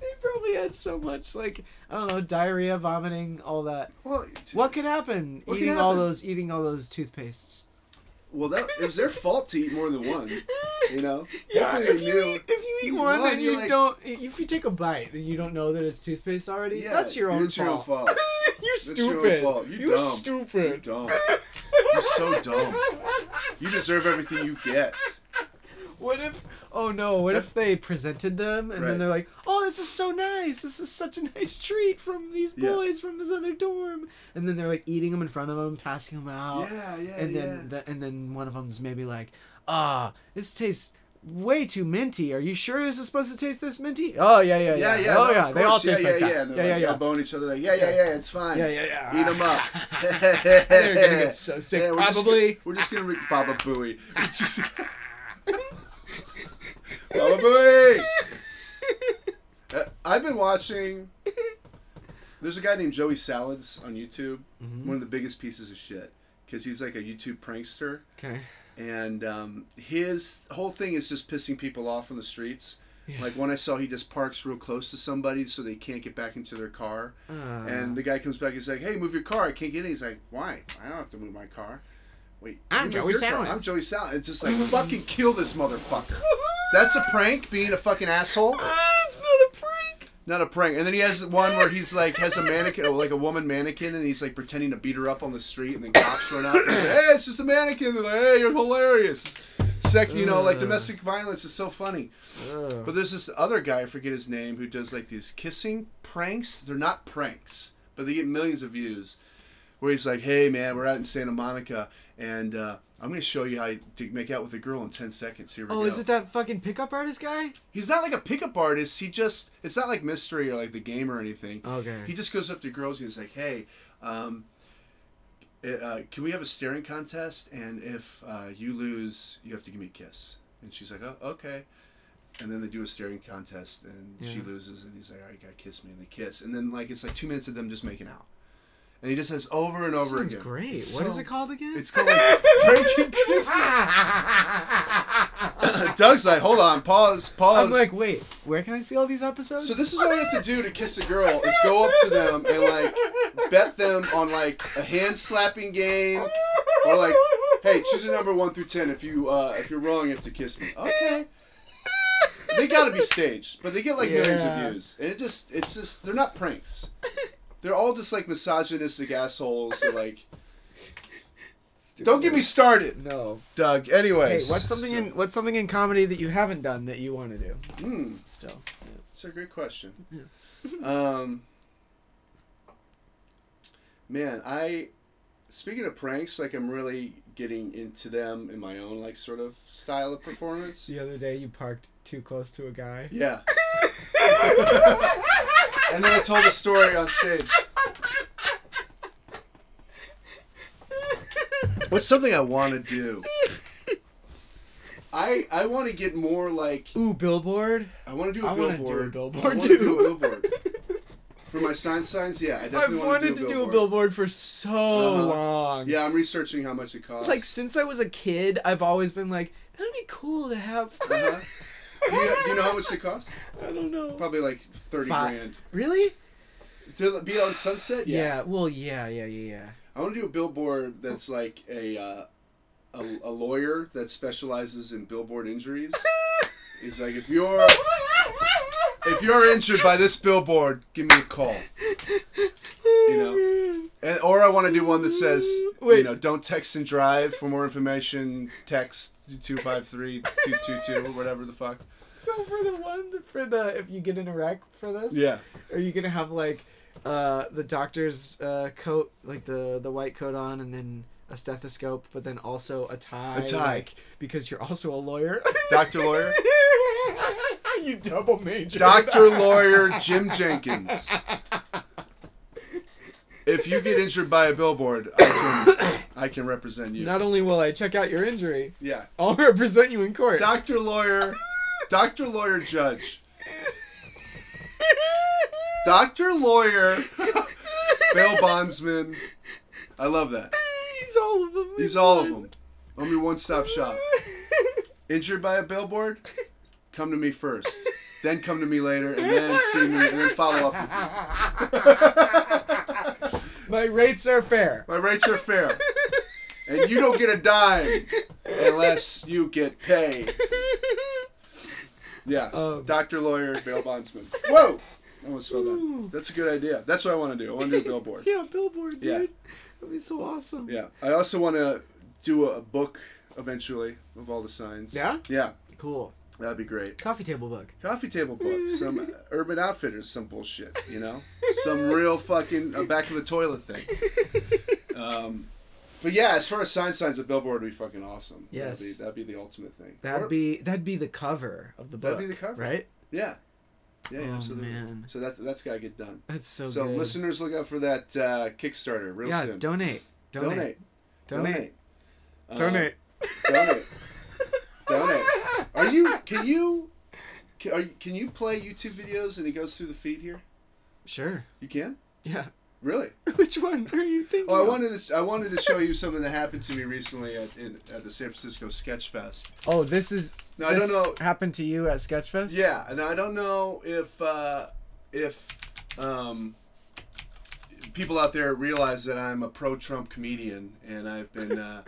[SPEAKER 4] they probably had so much like I don't know diarrhea, vomiting, all that.
[SPEAKER 2] Well,
[SPEAKER 4] What could happen?
[SPEAKER 2] What could
[SPEAKER 4] eating all
[SPEAKER 2] happen?
[SPEAKER 4] those eating all those toothpastes.
[SPEAKER 2] Well, that, it was their fault to eat more than one. You know.
[SPEAKER 4] Yeah,
[SPEAKER 2] Hopefully
[SPEAKER 4] if
[SPEAKER 2] they
[SPEAKER 4] you,
[SPEAKER 2] knew.
[SPEAKER 4] eat, if you eat
[SPEAKER 2] You
[SPEAKER 4] one
[SPEAKER 2] want,
[SPEAKER 4] and
[SPEAKER 2] you're
[SPEAKER 4] you
[SPEAKER 2] like-
[SPEAKER 4] don't, if you take a bite and you don't know that it's toothpaste already,
[SPEAKER 2] Yeah,
[SPEAKER 4] that's your own
[SPEAKER 2] it's
[SPEAKER 4] fault.
[SPEAKER 2] Your own fault.
[SPEAKER 4] You're
[SPEAKER 2] That's
[SPEAKER 4] stupid.
[SPEAKER 2] your own fault. You're
[SPEAKER 4] You're
[SPEAKER 2] dumb. You're
[SPEAKER 4] stupid.
[SPEAKER 2] dumb. You're so dumb. You deserve everything you get.
[SPEAKER 4] What if? Oh no! What if they presented them and
[SPEAKER 2] Right.
[SPEAKER 4] then they're like, "Oh, this is so nice. This is such a nice treat from these
[SPEAKER 2] Yeah.
[SPEAKER 4] boys from this other dorm." And then they're like eating them in front of them, passing them out,
[SPEAKER 2] Yeah, Oh, yeah,
[SPEAKER 4] and then the, and then one of them's maybe like, "Ah, this tastes." Way too minty. Are you sure this is supposed to taste this minty? Oh yeah, yeah, yeah.
[SPEAKER 2] yeah, yeah.
[SPEAKER 4] oh
[SPEAKER 2] no,
[SPEAKER 4] yeah,
[SPEAKER 2] of
[SPEAKER 4] they all
[SPEAKER 2] course.
[SPEAKER 4] taste
[SPEAKER 2] yeah,
[SPEAKER 4] like
[SPEAKER 2] yeah,
[SPEAKER 4] that.
[SPEAKER 2] Yeah, and they're
[SPEAKER 4] yeah,
[SPEAKER 2] like,
[SPEAKER 4] yeah,
[SPEAKER 2] all bone each other. Like, yeah, yeah, yeah. It's fine.
[SPEAKER 4] Yeah, yeah, yeah.
[SPEAKER 2] Eat them up.
[SPEAKER 4] They're gonna get so sick,
[SPEAKER 2] Yeah, we're just
[SPEAKER 4] probably.
[SPEAKER 2] gonna- we're just gonna re- Baba Booey. We're just- Baba Booey. Uh, I've been watching. There's a guy named Joey Salads on YouTube.
[SPEAKER 4] Mm-hmm.
[SPEAKER 2] One of the biggest pieces of shit because he's like a YouTube prankster,
[SPEAKER 4] Okay.
[SPEAKER 2] and um, his whole thing is just pissing people off on the streets. Like one I saw, he just parks real close to somebody so they can't get back into their car.
[SPEAKER 4] Uh,
[SPEAKER 2] And the guy comes back. He's like, "Hey, move your car! I can't get in." He's like, "Why? I don't have to move my car." Wait,
[SPEAKER 4] I'm
[SPEAKER 2] you move
[SPEAKER 4] Joey
[SPEAKER 2] your car.
[SPEAKER 4] Salads.
[SPEAKER 2] I'm Joey Salads. It's just like fucking kill this motherfucker. That's a prank. Being a fucking asshole.
[SPEAKER 4] Ah, it's not a prank.
[SPEAKER 2] Not a prank. And then he has one where he's like has a mannequin, or like a woman mannequin, and he's like pretending to beat her up on the street, and then cops run out. And he's like, hey, it's just a mannequin. They're like, hey, you're hilarious. Sec, you know, like domestic violence is so funny.
[SPEAKER 4] Ugh.
[SPEAKER 2] But there's this other guy, I forget his name, who does like these kissing pranks. They're not pranks, but they get millions of views. Where he's like, hey man, we're out in Santa Monica, and uh, I'm gonna show you how to make out with a girl in 10 seconds. Here we go.
[SPEAKER 4] Oh, is it that fucking pickup artist guy?
[SPEAKER 2] He's not like a pickup artist. He just it's not like mystery or like the game or anything.
[SPEAKER 4] Okay.
[SPEAKER 2] He just goes up to girls and he's like, "Hey, um, uh, can we have a staring contest? And if uh, you lose, you have to give me a kiss." And she's like, "Oh, okay." And then they do a staring contest, and she
[SPEAKER 4] Yeah.
[SPEAKER 2] loses, and he's like, "All right, you gotta kiss me," and they kiss, and then like it's like two minutes of them just making out. and he just says over and over
[SPEAKER 4] Sounds
[SPEAKER 2] again.
[SPEAKER 4] great. What is
[SPEAKER 1] So-
[SPEAKER 4] it called again?
[SPEAKER 2] It's called like, breaking kisses. Doug's like, hold on, pause, pause.
[SPEAKER 4] I'm like, wait.
[SPEAKER 1] Where can I see all these episodes?
[SPEAKER 2] so this is all you have to do to kiss a girl is go up to them and like bet them on like a hand slapping game or like, hey, choose a number one through ten. If you uh, if you're wrong, you have to kiss me. Okay. They gotta be staged, but they get like millions of
[SPEAKER 4] Yeah.
[SPEAKER 2] views, and it just it's just they're not pranks. They're all just like misogynistic assholes. They're like, don't get me started,
[SPEAKER 4] No.
[SPEAKER 2] Doug. Anyways,
[SPEAKER 4] Hey, what's something
[SPEAKER 2] So-
[SPEAKER 4] in what's something in comedy that you haven't done that you want to do?
[SPEAKER 2] Hmm.
[SPEAKER 4] Still.
[SPEAKER 2] It's a great question. um, man, I speaking of pranks, like I'm really getting into them in my own like sort of style of performance.
[SPEAKER 4] The other day you parked too close to a guy.
[SPEAKER 2] Yeah. and then I told a story on stage. What's something I want to do? I I want to get more like
[SPEAKER 4] Ooh, billboard.
[SPEAKER 2] I want to do a
[SPEAKER 4] I wanna do a
[SPEAKER 2] billboard.
[SPEAKER 4] billboard,
[SPEAKER 2] I wanna
[SPEAKER 4] too.
[SPEAKER 2] do a billboard. For my sign signs, yeah, I
[SPEAKER 4] I've
[SPEAKER 2] definitely want
[SPEAKER 4] wanted to do a billboard for so
[SPEAKER 2] Uh-huh.
[SPEAKER 4] long.
[SPEAKER 2] Yeah, I'm researching how much it costs.
[SPEAKER 4] Like since I was a kid, I've always been like, that'd be cool to have.
[SPEAKER 2] Uh-huh. do, you, do you know how much it costs?
[SPEAKER 4] I don't know.
[SPEAKER 2] Probably like thirty
[SPEAKER 4] Fi-
[SPEAKER 2] grand
[SPEAKER 4] Really?
[SPEAKER 2] to be on Sunset.
[SPEAKER 4] Yeah.
[SPEAKER 2] Yeah,
[SPEAKER 4] Well, yeah, yeah, yeah, yeah.
[SPEAKER 2] I want to do a billboard that's like a uh, a, a lawyer that specializes in billboard injuries. He's like, if you're if you're injured by this billboard, give me a call.
[SPEAKER 4] Oh,
[SPEAKER 2] You know, and, or I want to do one that says, you
[SPEAKER 4] Wait.
[SPEAKER 2] know, don't text and drive. For more information, text 253-222 or whatever the fuck.
[SPEAKER 4] So for the one that- for the if you get in a wreck for this,
[SPEAKER 2] Yeah.
[SPEAKER 4] are you gonna have like uh the doctor's uh coat, like the the white coat on, and then a stethoscope, but then also a tie,
[SPEAKER 2] A tie.
[SPEAKER 4] like, because you're also a lawyer.
[SPEAKER 2] Dr. Lawyer?
[SPEAKER 4] you double major.
[SPEAKER 2] Dr. Lawyer Jim Jenkins. If you get injured by a billboard, I can, I can represent you.
[SPEAKER 4] Not only will I check out your injury,
[SPEAKER 2] yeah.
[SPEAKER 4] I'll represent you in court.
[SPEAKER 2] Dr. Lawyer, Dr. Lawyer Judge. Dr. Lawyer, bail bondsman. I love that.
[SPEAKER 4] He's all of them.
[SPEAKER 2] He's all of them. Only one stop shop. Injured by a billboard? Come to me first. Then come to me later, and then see me, and then follow up with me.
[SPEAKER 4] My rates are fair.
[SPEAKER 2] My rates are fair. And you don't get a dime unless you get paid. Yeah.
[SPEAKER 4] Um.
[SPEAKER 2] Doctor, lawyer, bail bondsman. Whoa! I almost fell down. That's a good idea. That's what I want to do. I want to do a billboard.
[SPEAKER 4] Yeah, billboard, dude.
[SPEAKER 2] Yeah.
[SPEAKER 4] That'd be so awesome.
[SPEAKER 2] Yeah. I also want to do a book eventually of all the signs.
[SPEAKER 4] Yeah?
[SPEAKER 2] Yeah.
[SPEAKER 4] Cool.
[SPEAKER 2] That'd be great.
[SPEAKER 4] Coffee table book.
[SPEAKER 2] Coffee table book. Some Urban Outfitters, some bullshit, you know? Some real fucking uh, back of the toilet thing. Um, but yeah, as far as sign signs, a billboard would be fucking awesome.
[SPEAKER 4] Yes.
[SPEAKER 2] That'd be, that'd be the ultimate thing. Or-
[SPEAKER 4] That'd be that'd be the cover of the book.
[SPEAKER 2] That'd be the cover.
[SPEAKER 4] right?
[SPEAKER 2] Yeah. Yeah, yeah,
[SPEAKER 4] Oh,
[SPEAKER 2] absolutely.
[SPEAKER 4] man.
[SPEAKER 2] So that, that's got to get done.
[SPEAKER 4] That's so.
[SPEAKER 2] So
[SPEAKER 4] good.
[SPEAKER 2] listeners, look out for that uh, Kickstarter real
[SPEAKER 4] Yeah,
[SPEAKER 2] soon.
[SPEAKER 4] donate. Donate.
[SPEAKER 2] donate,
[SPEAKER 4] Donate.
[SPEAKER 2] Uh,
[SPEAKER 4] Donate.
[SPEAKER 2] donate, donate. Are you? Can you? Can, are, you- can you play YouTube videos and it goes through the feed here?
[SPEAKER 4] Sure.
[SPEAKER 2] You can.
[SPEAKER 4] Yeah.
[SPEAKER 2] Really?
[SPEAKER 4] Which one are you thinking?
[SPEAKER 2] Oh, I
[SPEAKER 4] of?
[SPEAKER 2] wanted to, I wanted to show you something that happened to me recently at in, at the San Francisco Sketch Fest.
[SPEAKER 4] Oh, this is.
[SPEAKER 2] No, I don't
[SPEAKER 4] this
[SPEAKER 2] know.
[SPEAKER 4] Happened to you at Sketchfest?
[SPEAKER 2] Yeah, and I don't know if uh, if um, people out there realize that I'm a pro-Trump comedian, and I've been uh,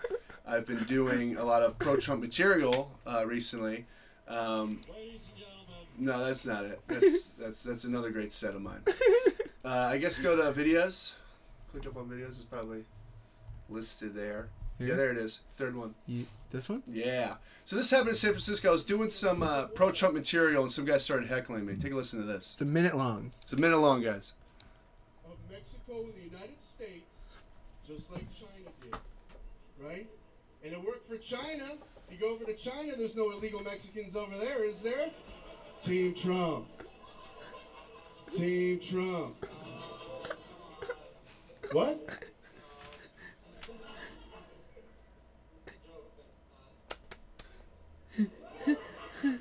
[SPEAKER 2] I've been doing a lot of pro-Trump material uh, recently. Um, no, that's not it. That's that's that's another great set of mine. Uh, I guess go to videos. Click up on videos. It's probably listed there. Yeah,
[SPEAKER 4] Here?
[SPEAKER 2] there it is. Third one.
[SPEAKER 4] You, this one?
[SPEAKER 2] Yeah. So this happened in San Francisco. I was doing some uh, pro Trump material, and some guy started heckling me. Take a listen to this.
[SPEAKER 4] It's a minute long.
[SPEAKER 2] It's a minute long, guys.
[SPEAKER 6] of Mexico and the United States, just like China did, right? And it worked for China. You go over to China, there's no illegal Mexicans over there, is there? Team Trump. Team Trump. What? Are you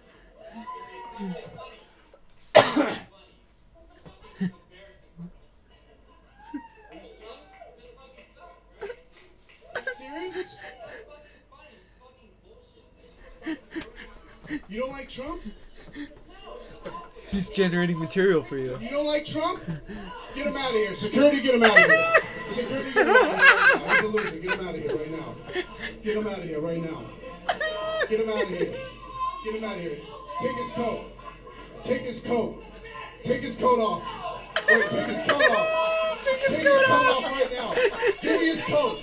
[SPEAKER 6] serious? You don't like Trump?
[SPEAKER 4] He's generating material for you.
[SPEAKER 6] You don't like Trump? Get him out of here. Security, get him out of here. Security, get him out of here. Right now. Absolutely, get him out of here right now. Get him out of here right now. Get him out of here. Get him out of here. Take his coat. Take his coat. Take his coat off. Wait, take his coat off. Take his coat off right now. Give me his coat.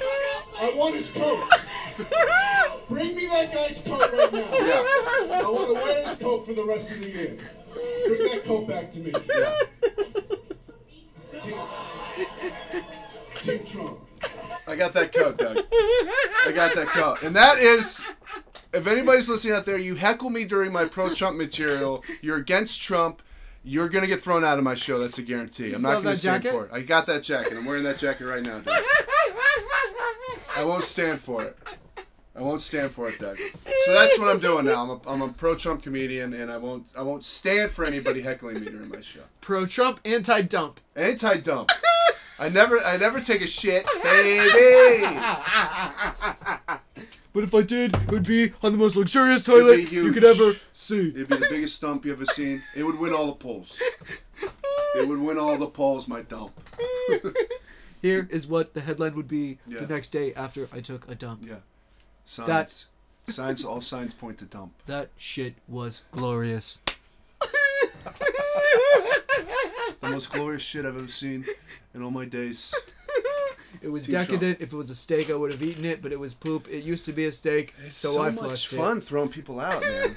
[SPEAKER 6] I want his coat. Bring me that guy's coat right now. I want to wear his coat for the rest of the year. Bring that coat back to me. Team, Team Trump.
[SPEAKER 2] I got that coat, Doug. I got that coat. And that is, if anybody's listening out there, you heckle me during my pro Trump material, you're against Trump, you're going to get thrown out of my show. That's a guarantee. I'm not
[SPEAKER 4] still have
[SPEAKER 2] going to
[SPEAKER 4] that
[SPEAKER 2] stand
[SPEAKER 4] jacket?
[SPEAKER 2] for it. I got that jacket. I'm wearing that jacket right now, Doug. I won't stand for it. I won't stand for it, Doug. So that's what I'm doing now. I'm a, I'm a pro Trump comedian, and I won't I won't stand for anybody heckling me during my show.
[SPEAKER 4] Pro Trump, anti dump.
[SPEAKER 2] Anti dump. I never I never take a shit, baby.
[SPEAKER 4] But if I did, it would be on the most luxurious
[SPEAKER 2] It'd
[SPEAKER 4] toilet
[SPEAKER 2] be huge.
[SPEAKER 4] you could ever see.
[SPEAKER 2] It'd be the biggest dump you ever seen. It would win all the polls. It would win all the polls, my dump.
[SPEAKER 4] Here is what the headline would be
[SPEAKER 2] Yeah.
[SPEAKER 4] the next day after I took a dump.
[SPEAKER 2] Yeah. Signs.
[SPEAKER 4] That-
[SPEAKER 2] Signs. All signs point to dump.
[SPEAKER 4] That shit was glorious.
[SPEAKER 2] The most glorious shit I've ever seen in all my days.
[SPEAKER 4] It was
[SPEAKER 2] Team Trump.
[SPEAKER 4] decadent. If it was a steak, I would have eaten it, but it was poop. It used to be a steak,
[SPEAKER 2] It's
[SPEAKER 4] so,
[SPEAKER 2] so,
[SPEAKER 4] I
[SPEAKER 2] much
[SPEAKER 4] flushed
[SPEAKER 2] fun throwing people out, man.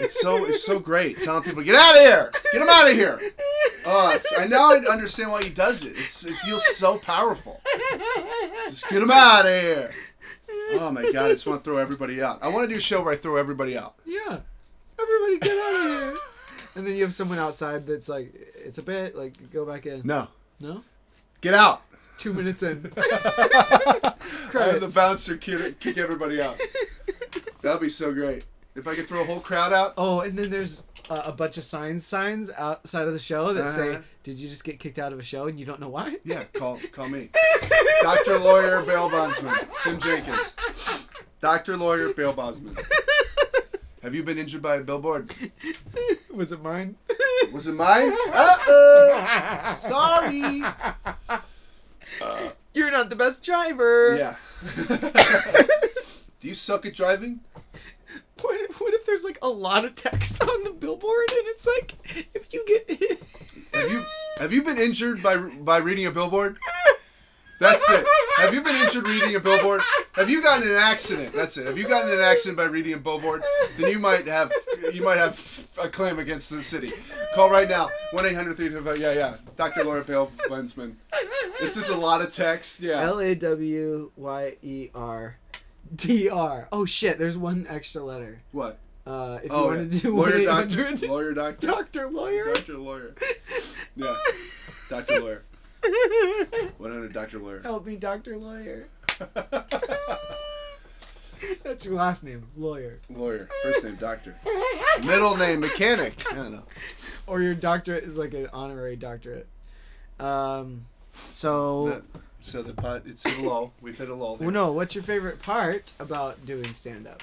[SPEAKER 2] It's so it's so great telling people get out of here, get them out of here. Oh, it's, I now I understand why he does it. It's, it feels so powerful. Just get them out of here. Oh my god, I just want to throw everybody out. I want to do a show where I throw everybody out.
[SPEAKER 4] it. Yeah. Everybody get out of here. And then you have someone outside that's like, it's a bit, like, go back in.
[SPEAKER 2] No,
[SPEAKER 4] No?
[SPEAKER 2] get out.
[SPEAKER 4] Two minutes in.
[SPEAKER 2] I have the
[SPEAKER 4] Credits.
[SPEAKER 2] bouncer kick, kick everybody out. That'd be so great. If I could throw a whole crowd out.
[SPEAKER 4] Oh, and then there's uh, a bunch of signs signs outside of the show that say,
[SPEAKER 2] Uh-huh.
[SPEAKER 4] "Did you just get kicked out of a show and you don't know why?"
[SPEAKER 2] Yeah, call call me. Doctor Lawyer Bail Bondsman. Jim Jenkins. Doctor Lawyer Bail Bondsman. Have you been injured by a billboard?
[SPEAKER 4] Was it mine?
[SPEAKER 2] Was it mine? Uh oh. Sorry.
[SPEAKER 4] You're not the best driver.
[SPEAKER 2] Yeah. Do you suck at driving?
[SPEAKER 4] What if, what if there's like a lot of text on the billboard and it's like, if you get hit,
[SPEAKER 2] Have you have you been injured by by reading a billboard? That's it. Have you been injured reading a billboard? Have you gotten in an accident? That's it. Have you gotten in an accident by reading a billboard? Then you might have you might have a claim against the city. Call right now. One 800 Yeah, yeah. Dr. Laura Pale Lensman. It's just a lot of text. Yeah.
[SPEAKER 4] L A W Y E R D R. Oh shit! There's one extra letter.
[SPEAKER 2] What?
[SPEAKER 4] Uh, if you
[SPEAKER 2] Oh,
[SPEAKER 4] want
[SPEAKER 2] yeah.
[SPEAKER 4] to do one
[SPEAKER 2] lawyer
[SPEAKER 4] eight
[SPEAKER 2] doctor.
[SPEAKER 4] hundred
[SPEAKER 2] Lawyer doctor.
[SPEAKER 4] doctor lawyer.
[SPEAKER 2] Doctor lawyer. Yeah. Doctor lawyer. One hundred doctor lawyer.
[SPEAKER 4] Help me, Doctor Lawyer. That's your last name, Lawyer,
[SPEAKER 2] Lawyer. First name doctor. Middle name mechanic. I don't know.
[SPEAKER 4] or your doctorate is like an honorary doctorate. Um, so
[SPEAKER 2] That- So the pot, it's hit a lull. We've hit a lull. there.
[SPEAKER 4] well, no. What's your favorite part about doing stand up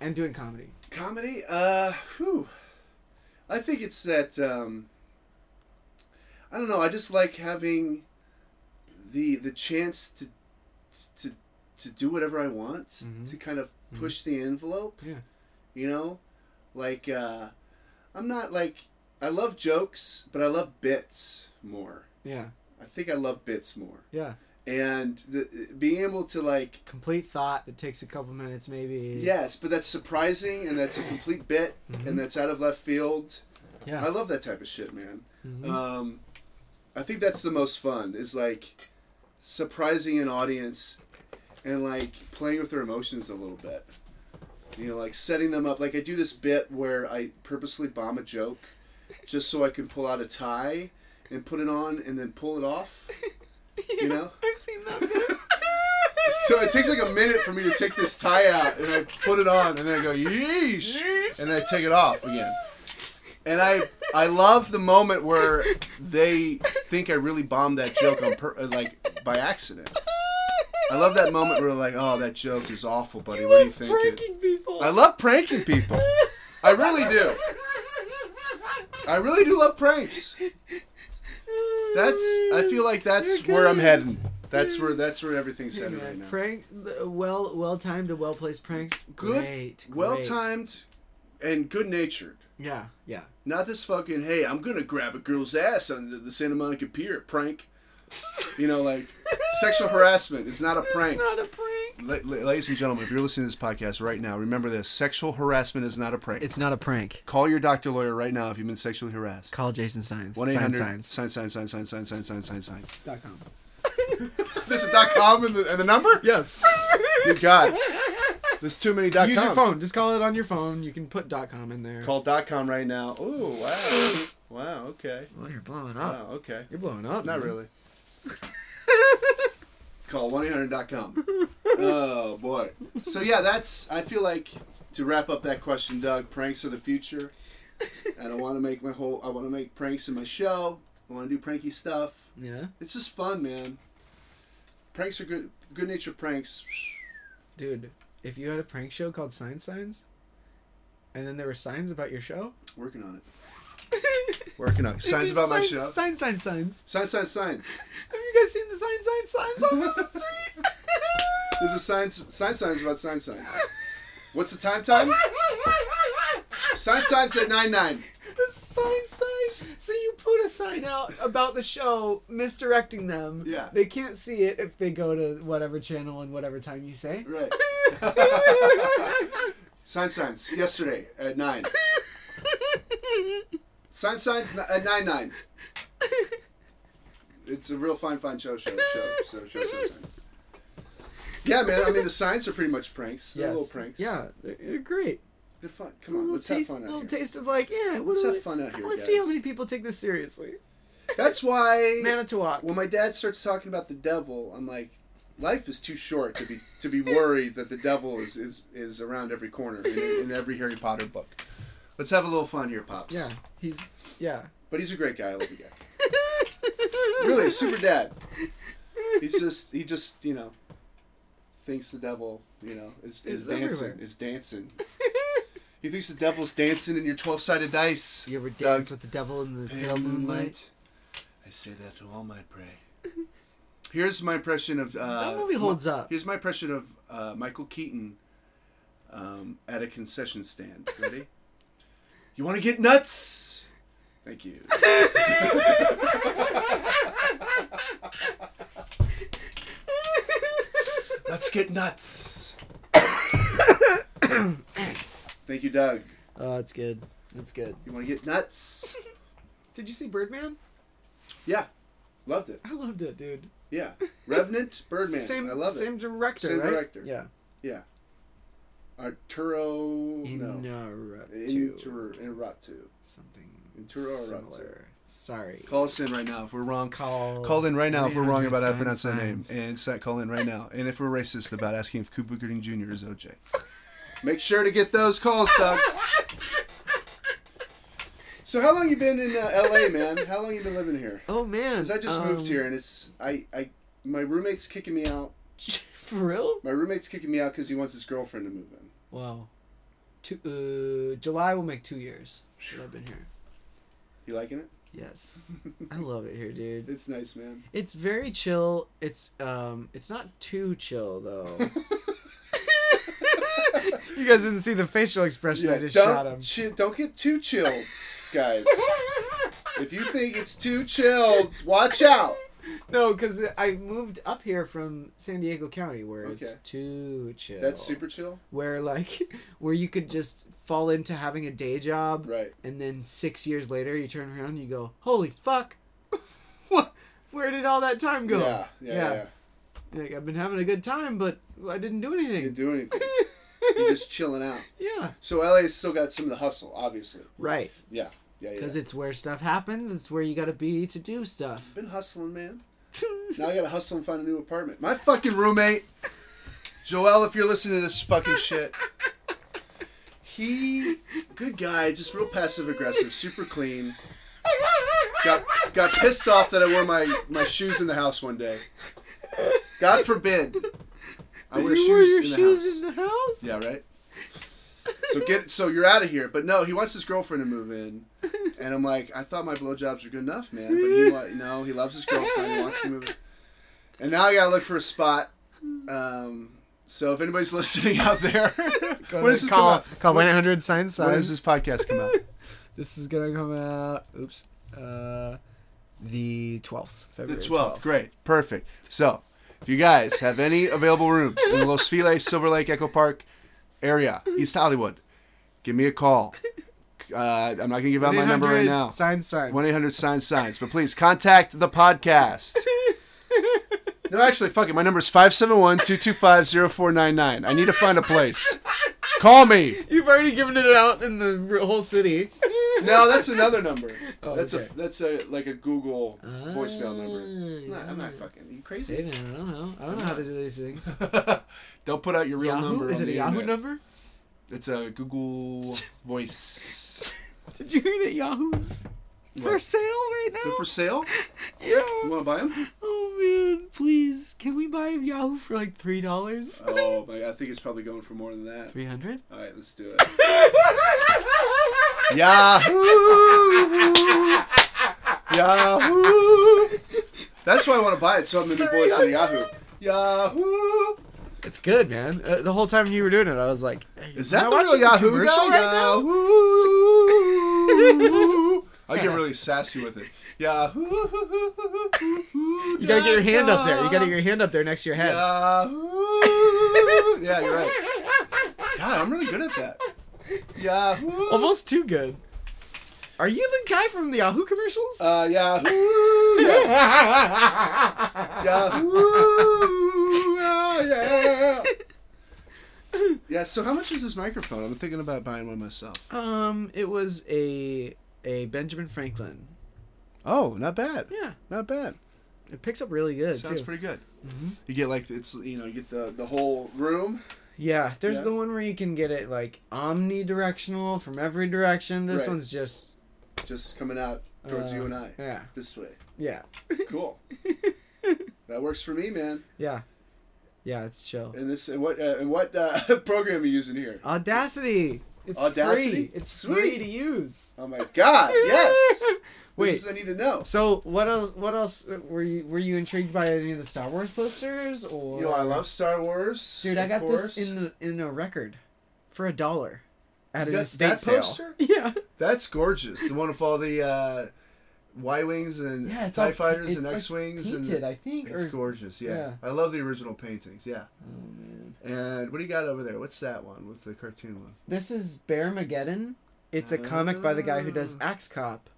[SPEAKER 4] and doing comedy?
[SPEAKER 2] Comedy, uh, whew. I think it's that. Um, I don't know. I just like having the the chance to to to do whatever I want to kind of push the envelope.
[SPEAKER 4] Yeah.
[SPEAKER 2] You know, like uh, I'm not like I love jokes, but I love bits more.
[SPEAKER 4] Yeah,
[SPEAKER 2] I think I love bits more,
[SPEAKER 4] yeah.
[SPEAKER 2] and the, being able to like
[SPEAKER 4] Complete thought that takes a couple minutes, maybe.
[SPEAKER 2] Yes, but that's surprising and that's a complete bit and that's out of left field.
[SPEAKER 4] Yeah.
[SPEAKER 2] I love that type of shit, man. Um, I think that's the most fun is like surprising an audience and like playing with their emotions a little bit. You know, like setting them up. Like I do this bit where I purposely bomb a joke just so I can pull out a tie and put it on and then pull it off. You know?
[SPEAKER 4] I've seen that.
[SPEAKER 2] So it takes like a minute for me to take this tie out, and I put it on, and then I go yeesh, and then I take it off again. And I I love the moment where they think I really bombed that joke on per, uh, like by accident. I love that moment where we're like, oh, that joke is awful, buddy. what do you think? it-"
[SPEAKER 4] people.
[SPEAKER 2] I love pranking people. I really do. I really do love pranks. That's.
[SPEAKER 4] uh,
[SPEAKER 2] I feel like that's
[SPEAKER 4] You're
[SPEAKER 2] where I'm
[SPEAKER 4] good.
[SPEAKER 2] heading. That's where. That's where everything's headed right
[SPEAKER 4] Man,
[SPEAKER 2] now.
[SPEAKER 4] pranks, well, well timed and well placed pranks.
[SPEAKER 2] Good,
[SPEAKER 4] Great, great.
[SPEAKER 2] well timed, and good natured.
[SPEAKER 4] Yeah, yeah.
[SPEAKER 2] Not this fucking. Hey, I'm gonna grab a girl's ass on the, the Santa Monica Pier prank. You know, like sexual harassment is not a prank.
[SPEAKER 4] Not a prank.
[SPEAKER 2] La- la- ladies and gentlemen, if you're listening to this podcast right now, remember this: sexual harassment is not a prank.
[SPEAKER 4] It's not a prank.
[SPEAKER 2] Call your doctor lawyer right now if you've been sexually harassed.
[SPEAKER 4] Call Jason Signs.
[SPEAKER 2] One eight
[SPEAKER 4] Sign
[SPEAKER 2] hundred
[SPEAKER 4] signs.
[SPEAKER 2] signs signs signs signs signs signs signs signs signs.
[SPEAKER 1] Dot com.
[SPEAKER 2] There's a dot com and the, and the number.
[SPEAKER 1] Yes.
[SPEAKER 2] Good God, there's too many dot
[SPEAKER 4] Use your
[SPEAKER 2] coms.
[SPEAKER 4] phone. Just call it on your phone. You can put .com in there.
[SPEAKER 2] Call dot com right now. Ooh, wow, wow, okay,
[SPEAKER 4] Well, you're blowing up.
[SPEAKER 2] wow, okay.
[SPEAKER 4] You're blowing up.
[SPEAKER 2] Not
[SPEAKER 4] man.
[SPEAKER 2] really. Call 1-800.com. Oh boy. So yeah, that's I feel like to wrap up that question, Doug, pranks are the future. And I wanna make my whole I wanna make pranks in my show. I wanna do pranky stuff.
[SPEAKER 4] Yeah,
[SPEAKER 2] It's just fun, man. Pranks are good good natured pranks.
[SPEAKER 4] dude. If you had a prank show called Sign Signs, and then there were signs about your show.
[SPEAKER 2] Working on it. Working on it. Signs about my
[SPEAKER 4] Signs-
[SPEAKER 2] show.
[SPEAKER 4] Sign sign signs.
[SPEAKER 2] Signs, signs, signs.
[SPEAKER 4] Have you guys seen the sign sign signs on the street?
[SPEAKER 2] There's a signs sign signs about sign signs. What's the time time? Sign signs at nine nine.
[SPEAKER 4] the sign signs. So you put a sign out about the show, misdirecting them.
[SPEAKER 2] Yeah.
[SPEAKER 4] They can't see it if they go to whatever channel and whatever time you say.
[SPEAKER 2] Right. Sign signs yesterday at nine. Sign signs n- at nine nine. It's a real fine fine show show show so show sign signs. Yeah, man. I mean, the signs are pretty much pranks. They're little pranks.
[SPEAKER 4] Yeah, they're, they're great.
[SPEAKER 2] They're fun.
[SPEAKER 4] It's a
[SPEAKER 2] Come on,
[SPEAKER 4] little
[SPEAKER 2] let's
[SPEAKER 4] taste,
[SPEAKER 2] have fun out
[SPEAKER 4] little
[SPEAKER 2] here.
[SPEAKER 4] taste of like, yeah. What
[SPEAKER 2] Let's
[SPEAKER 4] do
[SPEAKER 2] have
[SPEAKER 4] we-
[SPEAKER 2] fun out here,
[SPEAKER 4] Let's see how
[SPEAKER 2] guys.
[SPEAKER 4] many people take this seriously.
[SPEAKER 2] That's why
[SPEAKER 4] Manitowoc.
[SPEAKER 2] when my dad starts talking about the devil, I'm like, life is too short to be to be worried that the devil is is, is around every corner in, in every Harry Potter book. Let's have a little fun here, pops.
[SPEAKER 4] Yeah, he's yeah.
[SPEAKER 2] But he's a great guy. I love the guy. really, a super dad. He's just he just you know thinks the devil you know is, is
[SPEAKER 4] Is
[SPEAKER 2] dancing
[SPEAKER 4] everywhere.
[SPEAKER 2] is dancing. he thinks the devil's dancing in your twelve sided dice.
[SPEAKER 4] You ever
[SPEAKER 2] Doug.
[SPEAKER 4] dance with the devil in the
[SPEAKER 2] Pale
[SPEAKER 4] pale moonlight?
[SPEAKER 2] moonlight. I say that to all my prey. Here's my impression of uh,
[SPEAKER 4] That movie holds
[SPEAKER 2] Mi-
[SPEAKER 4] up.
[SPEAKER 2] Here's my impression of uh, Michael Keaton um, at a concession stand. Ready? you want to get nuts? Thank you. Let's get nuts. Thank you, Doug.
[SPEAKER 4] Oh, that's good. That's good.
[SPEAKER 2] You want to get nuts?
[SPEAKER 4] Did you see Birdman?
[SPEAKER 2] Yeah, loved it.
[SPEAKER 4] I loved it, dude.
[SPEAKER 2] Yeah, Revenant, Birdman.
[SPEAKER 4] Same,
[SPEAKER 2] I love
[SPEAKER 4] same
[SPEAKER 2] it.
[SPEAKER 4] director,
[SPEAKER 2] Same
[SPEAKER 4] right?
[SPEAKER 2] director.
[SPEAKER 4] Yeah.
[SPEAKER 2] Yeah, Arturo. Oh, no.
[SPEAKER 4] Inarritu.
[SPEAKER 2] Inter- Inarritu.
[SPEAKER 4] Something
[SPEAKER 2] Inarritu.
[SPEAKER 4] similar. Sorry.
[SPEAKER 2] Call us in right now if we're wrong.
[SPEAKER 4] Call-
[SPEAKER 2] in right now if we're wrong about how to
[SPEAKER 4] 800
[SPEAKER 2] pronounce that name.
[SPEAKER 4] signs.
[SPEAKER 2] And si- call in right now. And if we're racist about asking if Cooper Gooding Jr. is OJ. Make sure to get those calls, Doug. so how long you been in uh, LA, man? How long you been living here?
[SPEAKER 4] Oh man.
[SPEAKER 2] Because I just moved
[SPEAKER 4] um,
[SPEAKER 2] here and it's I I my roommate's kicking me out.
[SPEAKER 4] For real?
[SPEAKER 2] My roommate's kicking me out because he wants his girlfriend to move in.
[SPEAKER 4] Wow. Two, uh, July will make two years that I've been here.
[SPEAKER 2] You liking it?
[SPEAKER 4] Yes, I love it here, dude.
[SPEAKER 2] It's nice, man.
[SPEAKER 4] It's very chill. It's um, it's not too chill though. you guys didn't see the facial expression I
[SPEAKER 2] Yeah,
[SPEAKER 4] just shot him.
[SPEAKER 2] don't chi- don't get too chilled, guys. if you think it's too chilled, watch out.
[SPEAKER 4] No, because I moved up here from San Diego County, where it's
[SPEAKER 2] Okay.
[SPEAKER 4] too chill.
[SPEAKER 2] That's super chill,
[SPEAKER 4] Where like, where you could just fall into having a day job,
[SPEAKER 2] right?
[SPEAKER 4] and then six years later you turn around and you go, "Holy fuck, what? Where did all that time go?"
[SPEAKER 2] Yeah, yeah, yeah.
[SPEAKER 4] Yeah. Like, I've been having a good time, but I didn't do
[SPEAKER 2] You didn't
[SPEAKER 4] anything.
[SPEAKER 2] do anything. You're just chilling out.
[SPEAKER 4] Yeah.
[SPEAKER 2] So LA's still got some of the hustle, obviously.
[SPEAKER 4] Right.
[SPEAKER 2] Yeah, yeah, yeah.
[SPEAKER 4] Because it's where stuff happens. It's where you got to be to do stuff.
[SPEAKER 2] Been hustling, man. Now I gotta hustle and find a new apartment. My fucking roommate, Joel, if you're listening to this fucking shit, he, good guy, just real passive aggressive, super clean. Got got pissed off that I wore my my shoes in the house one day. God forbid. I wear
[SPEAKER 4] you
[SPEAKER 2] shoes
[SPEAKER 4] wear your
[SPEAKER 2] in the
[SPEAKER 4] shoes
[SPEAKER 2] house.
[SPEAKER 4] in the house?
[SPEAKER 2] Yeah, right. So get so you're out of here. But no, he wants his girlfriend to move in, and I'm like, I thought my blowjobs were good enough, man. But he wa- no, he loves his girlfriend. He wants to move in, and now I gotta look for a spot. Um, so if anybody's listening out there, when does this come
[SPEAKER 1] call
[SPEAKER 2] out?
[SPEAKER 1] call one eight hundred sign
[SPEAKER 2] When does this
[SPEAKER 1] signs.
[SPEAKER 2] podcast come out?
[SPEAKER 4] This is gonna come out. Oops. Uh, the twelfth.
[SPEAKER 2] The twelfth. Great. Perfect. So if you guys have any available rooms in the Los Feliz, Silver Lake, Echo Park area, East Hollywood, give me a call. Uh, I'm not gonna give out my number right now.
[SPEAKER 1] Sign signs.
[SPEAKER 2] One eight hundred sign signs. But please contact the podcast. No, actually, fuck it. My number is 571-225-0499. I need to find a place. Call me.
[SPEAKER 4] You've already given it out in the whole city.
[SPEAKER 2] No, that's another number. that's
[SPEAKER 4] okay. Ah.
[SPEAKER 2] a that's a like a Google voicemail number. I'm not, I'm not fucking. Are you
[SPEAKER 4] Hey
[SPEAKER 2] crazy?
[SPEAKER 4] man, I don't know. I don't know how to do these things.
[SPEAKER 2] Don't put out your real number.
[SPEAKER 4] Is
[SPEAKER 2] on
[SPEAKER 4] it a
[SPEAKER 2] the
[SPEAKER 4] Yahoo
[SPEAKER 2] internet.
[SPEAKER 4] number?
[SPEAKER 2] It's a Google Voice.
[SPEAKER 4] Did you hear that Yahoo's for
[SPEAKER 2] What?
[SPEAKER 4] sale right now?
[SPEAKER 2] They're for sale. You
[SPEAKER 4] yeah.
[SPEAKER 2] want to buy them?
[SPEAKER 4] Oh man, please, can we buy Yahoo for like three dollars?
[SPEAKER 2] Oh my! God, I think it's probably going for more than that.
[SPEAKER 4] Three hundred?
[SPEAKER 2] All right, let's do it. Yahoo! Yahoo! That's why I want to buy it. So I'm gonna be voice on Yahoo. Yahoo!
[SPEAKER 4] It's good, man. Uh, the whole time you were doing it, I was like,
[SPEAKER 2] Is that
[SPEAKER 4] am I
[SPEAKER 2] the real
[SPEAKER 4] watching a
[SPEAKER 2] Yahoo
[SPEAKER 4] commercial
[SPEAKER 2] guy?
[SPEAKER 4] right now?
[SPEAKER 2] Yahoo! I get really sassy with it. Yahoo!
[SPEAKER 4] You gotta get your hand up there. You gotta get your hand up there next to your head.
[SPEAKER 2] Yahoo! Yeah, you're right. God, I'm really good at that. Yahoo!
[SPEAKER 4] Almost too good. Are you the guy from the Yahoo commercials?
[SPEAKER 2] Uh, Yahoo! Yes. Yahoo! Ah, yeah. Yeah. So, how much is this microphone? I'm thinking about buying one myself.
[SPEAKER 4] Um, it was a a Benjamin Franklin.
[SPEAKER 2] Oh, not bad.
[SPEAKER 4] Yeah,
[SPEAKER 2] Not bad. Mm-hmm.
[SPEAKER 4] it picks up really good.
[SPEAKER 2] Sounds
[SPEAKER 4] too.
[SPEAKER 2] pretty good. You get like it's you know you get the the whole room.
[SPEAKER 4] Yeah, there's
[SPEAKER 2] Yeah.
[SPEAKER 4] the one where you can get it like omnidirectional from every direction. This
[SPEAKER 2] Right.
[SPEAKER 4] one's just
[SPEAKER 2] just coming out towards
[SPEAKER 4] Uh,
[SPEAKER 2] you and I.
[SPEAKER 4] yeah,
[SPEAKER 2] This way.
[SPEAKER 4] yeah,
[SPEAKER 2] Cool. that works for me, man.
[SPEAKER 4] yeah, yeah. It's chill.
[SPEAKER 2] And this and what uh, and what uh, program are you using here?
[SPEAKER 4] Audacity. It's
[SPEAKER 2] Audacity?
[SPEAKER 4] free. It's
[SPEAKER 2] Sweet.
[SPEAKER 4] free to use.
[SPEAKER 2] Oh my God! Yes.
[SPEAKER 4] Wait.
[SPEAKER 2] This is, I need to know.
[SPEAKER 4] So what else? What else uh, were you were you intrigued by any of the Star Wars posters or?
[SPEAKER 2] Yo, I love Star Wars.
[SPEAKER 4] Dude, I
[SPEAKER 2] of
[SPEAKER 4] got
[SPEAKER 2] course.
[SPEAKER 4] this in the, in a record for a dollar at
[SPEAKER 2] You
[SPEAKER 4] an
[SPEAKER 2] got
[SPEAKER 4] estate
[SPEAKER 2] that
[SPEAKER 4] sale.
[SPEAKER 2] poster?
[SPEAKER 4] Yeah.
[SPEAKER 2] That's gorgeous. The one with all the uh, Y wings and
[SPEAKER 4] Yeah, it's
[SPEAKER 2] Tie
[SPEAKER 4] all-
[SPEAKER 2] fighters
[SPEAKER 4] it's
[SPEAKER 2] and
[SPEAKER 4] like
[SPEAKER 2] X wings
[SPEAKER 4] Painted,
[SPEAKER 2] and
[SPEAKER 4] I think.
[SPEAKER 2] it's
[SPEAKER 4] or-
[SPEAKER 2] gorgeous. Yeah.
[SPEAKER 4] yeah.
[SPEAKER 2] I love the original paintings. Yeah.
[SPEAKER 4] Oh man.
[SPEAKER 2] And what do you got over there? What's that one with the cartoon one?
[SPEAKER 4] This is Bear Mageddon. It's a comic by the guy who does
[SPEAKER 2] Ah.
[SPEAKER 4] Axe Cop.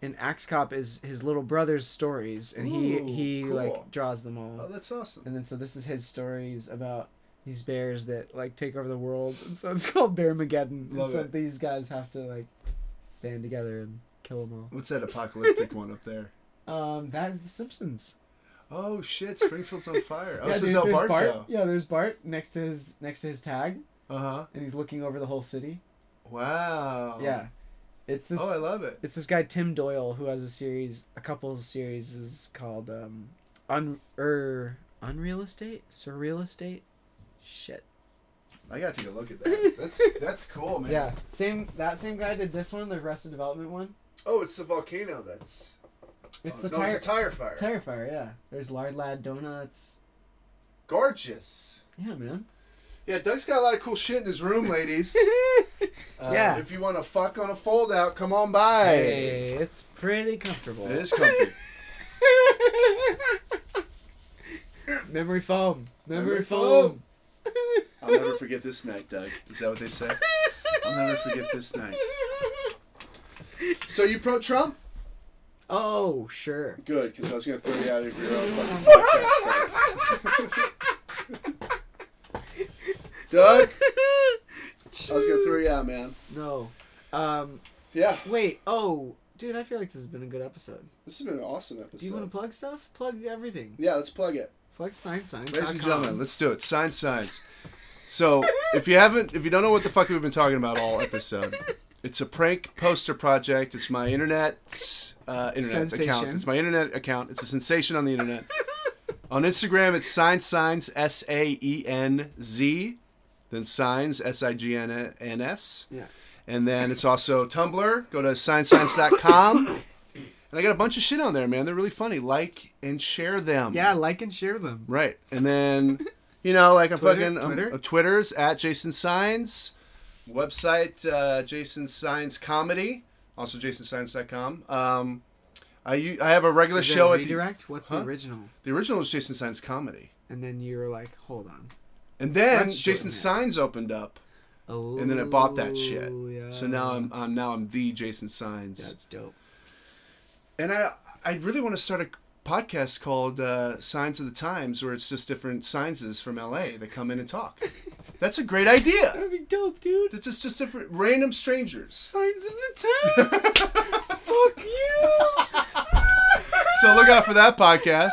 [SPEAKER 4] And Axe Cop is his little brother's stories, and
[SPEAKER 2] Ooh,
[SPEAKER 4] he he
[SPEAKER 2] cool.
[SPEAKER 4] like draws them
[SPEAKER 2] Oh,
[SPEAKER 4] all.
[SPEAKER 2] that's awesome.
[SPEAKER 4] And then so this is his stories about these bears that like take over the world, and so it's called Bear Mageddon. And
[SPEAKER 2] Love
[SPEAKER 4] so
[SPEAKER 2] it.
[SPEAKER 4] these guys have to like band together and kill them
[SPEAKER 2] What's that apocalyptic one up there?
[SPEAKER 4] all. Um, that is The Simpsons.
[SPEAKER 2] Oh shit! Springfield's on fire. Oh, this
[SPEAKER 4] dude,
[SPEAKER 2] is El
[SPEAKER 4] there's
[SPEAKER 2] Barto.
[SPEAKER 4] Yeah, there's Bart next to his next to his tag,
[SPEAKER 2] Uh huh.
[SPEAKER 4] and he's looking over the whole city.
[SPEAKER 2] Wow.
[SPEAKER 4] Yeah, it's this.
[SPEAKER 2] Oh, I love it.
[SPEAKER 4] it's this guy Tim Doyle who has a series, a couple of series is called um, un er unreal estate, surreal estate, shit.
[SPEAKER 2] I gotta take a look at that. That's that's cool, man.
[SPEAKER 4] Yeah, same that same guy did this one, the Arrested Development one.
[SPEAKER 2] Oh, it's the volcano. That's
[SPEAKER 4] It's
[SPEAKER 2] oh,
[SPEAKER 4] the
[SPEAKER 2] no,
[SPEAKER 4] tire
[SPEAKER 2] it's a tire fire.
[SPEAKER 4] tire fire. Yeah, there's Lard Lad Donuts.
[SPEAKER 2] Gorgeous.
[SPEAKER 4] Yeah, man.
[SPEAKER 2] Yeah, Doug's got a lot of cool shit in his room, ladies. Uh,
[SPEAKER 4] Yeah.
[SPEAKER 2] If you want to fuck on a fold out, come on by.
[SPEAKER 4] Hey, it's pretty comfortable.
[SPEAKER 2] It is comfy.
[SPEAKER 4] Memory foam. Memory,
[SPEAKER 2] Memory
[SPEAKER 4] foam.
[SPEAKER 2] foam. I'll never forget this night, Doug. Is that what they say? I'll never forget this night. So you pro Trump?
[SPEAKER 4] Oh, sure.
[SPEAKER 2] Good, because I was gonna throw you out of your own fucking podcast. Doug, Doug I was gonna throw you out, man.
[SPEAKER 4] No. Um,
[SPEAKER 2] Yeah,
[SPEAKER 4] wait. Oh, dude, I feel like this has been a good episode.
[SPEAKER 2] this has been an awesome episode.
[SPEAKER 4] Do you want to plug stuff? Plug everything.
[SPEAKER 2] yeah, let's plug it.
[SPEAKER 4] Plug science science.
[SPEAKER 2] Ladies and gentlemen, let's do it. Sign signs. So if you haven't, if you don't know what the fuck we've been talking about all episode, it's a prank poster project. It's my internet, uh, internet account.
[SPEAKER 4] Sensation.
[SPEAKER 2] It's my internet account. It's a sensation on the internet. On Instagram, it's sign signs S A E N Z, then signs S I G N N S,
[SPEAKER 4] Yeah.
[SPEAKER 2] and then it's also Tumblr. Go to signsigns.com, and I got a bunch of shit on there, man. They're really funny. Like and share them.
[SPEAKER 1] Yeah, like and share them.
[SPEAKER 2] Right, and then you know, like I'm
[SPEAKER 1] Twitter,
[SPEAKER 2] fucking um,
[SPEAKER 1] Twitter?
[SPEAKER 2] uh, Twitter's at Jason Signs, website uh, Jason Signs Comedy, also JasonSigns.com. Um, I u- I have a regular
[SPEAKER 1] Is that
[SPEAKER 2] show at the,
[SPEAKER 1] redirect. What's
[SPEAKER 2] Huh?
[SPEAKER 1] the original?
[SPEAKER 2] the original is Jason Signs Comedy.
[SPEAKER 1] And then you're like, hold on.
[SPEAKER 2] And then
[SPEAKER 1] Let's shorten
[SPEAKER 2] Jason
[SPEAKER 1] it.
[SPEAKER 2] Signs opened up,
[SPEAKER 1] Oh.
[SPEAKER 2] and then I bought that shit.
[SPEAKER 1] yeah.
[SPEAKER 2] So now I'm, I'm now I'm the Jason Signs,
[SPEAKER 1] That's dope.
[SPEAKER 2] and I I really want to start a podcast called uh, Signs of the Times, where it's just different signs from LA that come in and talk. That's a great idea.
[SPEAKER 1] That'd be dope, dude.
[SPEAKER 2] It's just just different random strangers.
[SPEAKER 1] Signs of the times. Fuck you.
[SPEAKER 2] So look out for that podcast.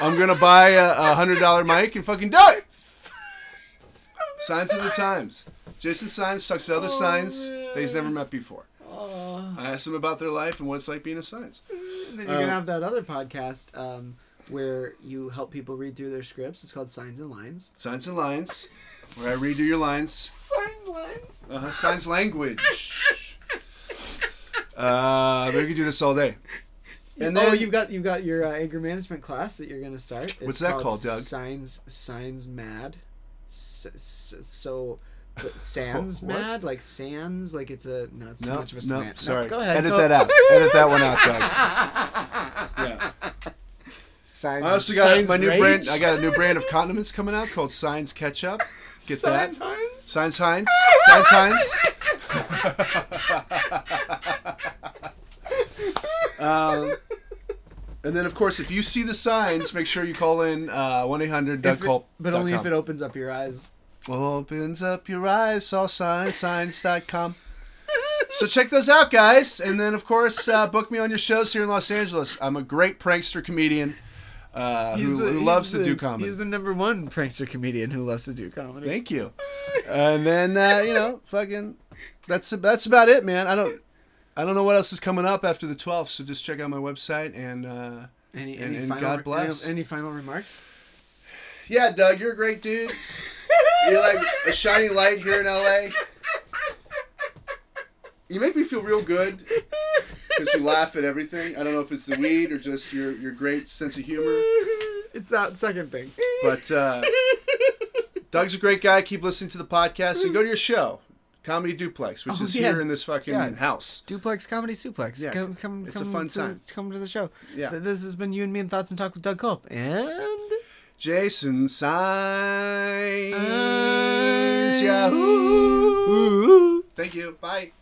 [SPEAKER 2] I'm gonna buy a, a hundred dollar mic and fucking do it. Signs of the times. Jason Signs talks
[SPEAKER 4] Oh,
[SPEAKER 2] to other signs that he's never met before. I asked him about their life and what it's like being a signs.
[SPEAKER 4] And then you're gonna have that other podcast um, where you help people read through their scripts. It's called Signs and Lines.
[SPEAKER 2] Signs and lines, where I redo your lines.
[SPEAKER 1] Signs lines.
[SPEAKER 2] Uh, signs language. Uh, we could do this all day. And
[SPEAKER 4] oh,
[SPEAKER 2] then
[SPEAKER 4] you've got you've got your uh, anger management class that you're gonna start. It's
[SPEAKER 2] What's that called, Doug?
[SPEAKER 4] Signs Signs Mad. S- s- so. but Sans mad like sands like it's a no it's too
[SPEAKER 2] No,
[SPEAKER 4] much of a
[SPEAKER 2] no,
[SPEAKER 4] slant.
[SPEAKER 2] sorry.
[SPEAKER 4] go ahead
[SPEAKER 2] Edit
[SPEAKER 4] go-
[SPEAKER 2] that out. Edit that one out, Doug. Yeah.
[SPEAKER 4] Signs,
[SPEAKER 2] I also got
[SPEAKER 4] Signs
[SPEAKER 2] my new
[SPEAKER 4] Rage?
[SPEAKER 2] brand. I got a new brand of condiments coming out called Signs Ketchup. Get
[SPEAKER 1] Signs
[SPEAKER 2] that?
[SPEAKER 1] Heinz.
[SPEAKER 2] Signs Heinz. Signs Heinz. um, and then, of course, if you see the signs, make sure you call in uh, one eight hundred Doug
[SPEAKER 4] If it- but only if it opens up your eyes
[SPEAKER 2] opens up your eyes. All signs signs.com. So check those out, guys, and then of course uh, book me on your shows here in Los Angeles. I'm a great prankster comedian uh, who,
[SPEAKER 4] the-
[SPEAKER 2] who loves to
[SPEAKER 4] the-
[SPEAKER 2] do comedy.
[SPEAKER 4] He's the number one prankster comedian who loves to do comedy.
[SPEAKER 2] Thank you. and then uh, you know, fucking, that's that's about it, man. I don't, I don't know what else is coming up after the 12th. So just check out my website and uh,
[SPEAKER 4] Any,
[SPEAKER 2] And- and God
[SPEAKER 4] re-
[SPEAKER 2] bless.
[SPEAKER 4] Any, any final remarks?
[SPEAKER 2] yeah, Doug, you're a great dude. You're like a shining light here in LA. You make me feel real good because you laugh at everything. I don't know if it's the weed or just your your great sense of humor.
[SPEAKER 4] It's that second thing.
[SPEAKER 2] But uh, Doug's a great guy. Keep listening to the podcast and go to your show, Comedy Duplex, which
[SPEAKER 4] Oh,
[SPEAKER 2] is
[SPEAKER 4] yeah.
[SPEAKER 2] here in this fucking
[SPEAKER 4] Yeah.
[SPEAKER 2] house.
[SPEAKER 4] Duplex comedy suplex.
[SPEAKER 2] Yeah,
[SPEAKER 4] come, come,
[SPEAKER 2] it's a
[SPEAKER 4] come
[SPEAKER 2] fun
[SPEAKER 4] to,
[SPEAKER 2] time.
[SPEAKER 4] Come to the show.
[SPEAKER 2] Yeah.
[SPEAKER 4] Th- This has been you and me and thoughts and talk with Doug Culp and
[SPEAKER 2] Jason Signs.
[SPEAKER 4] Signs.
[SPEAKER 2] Yahoo! Thank you. Bye.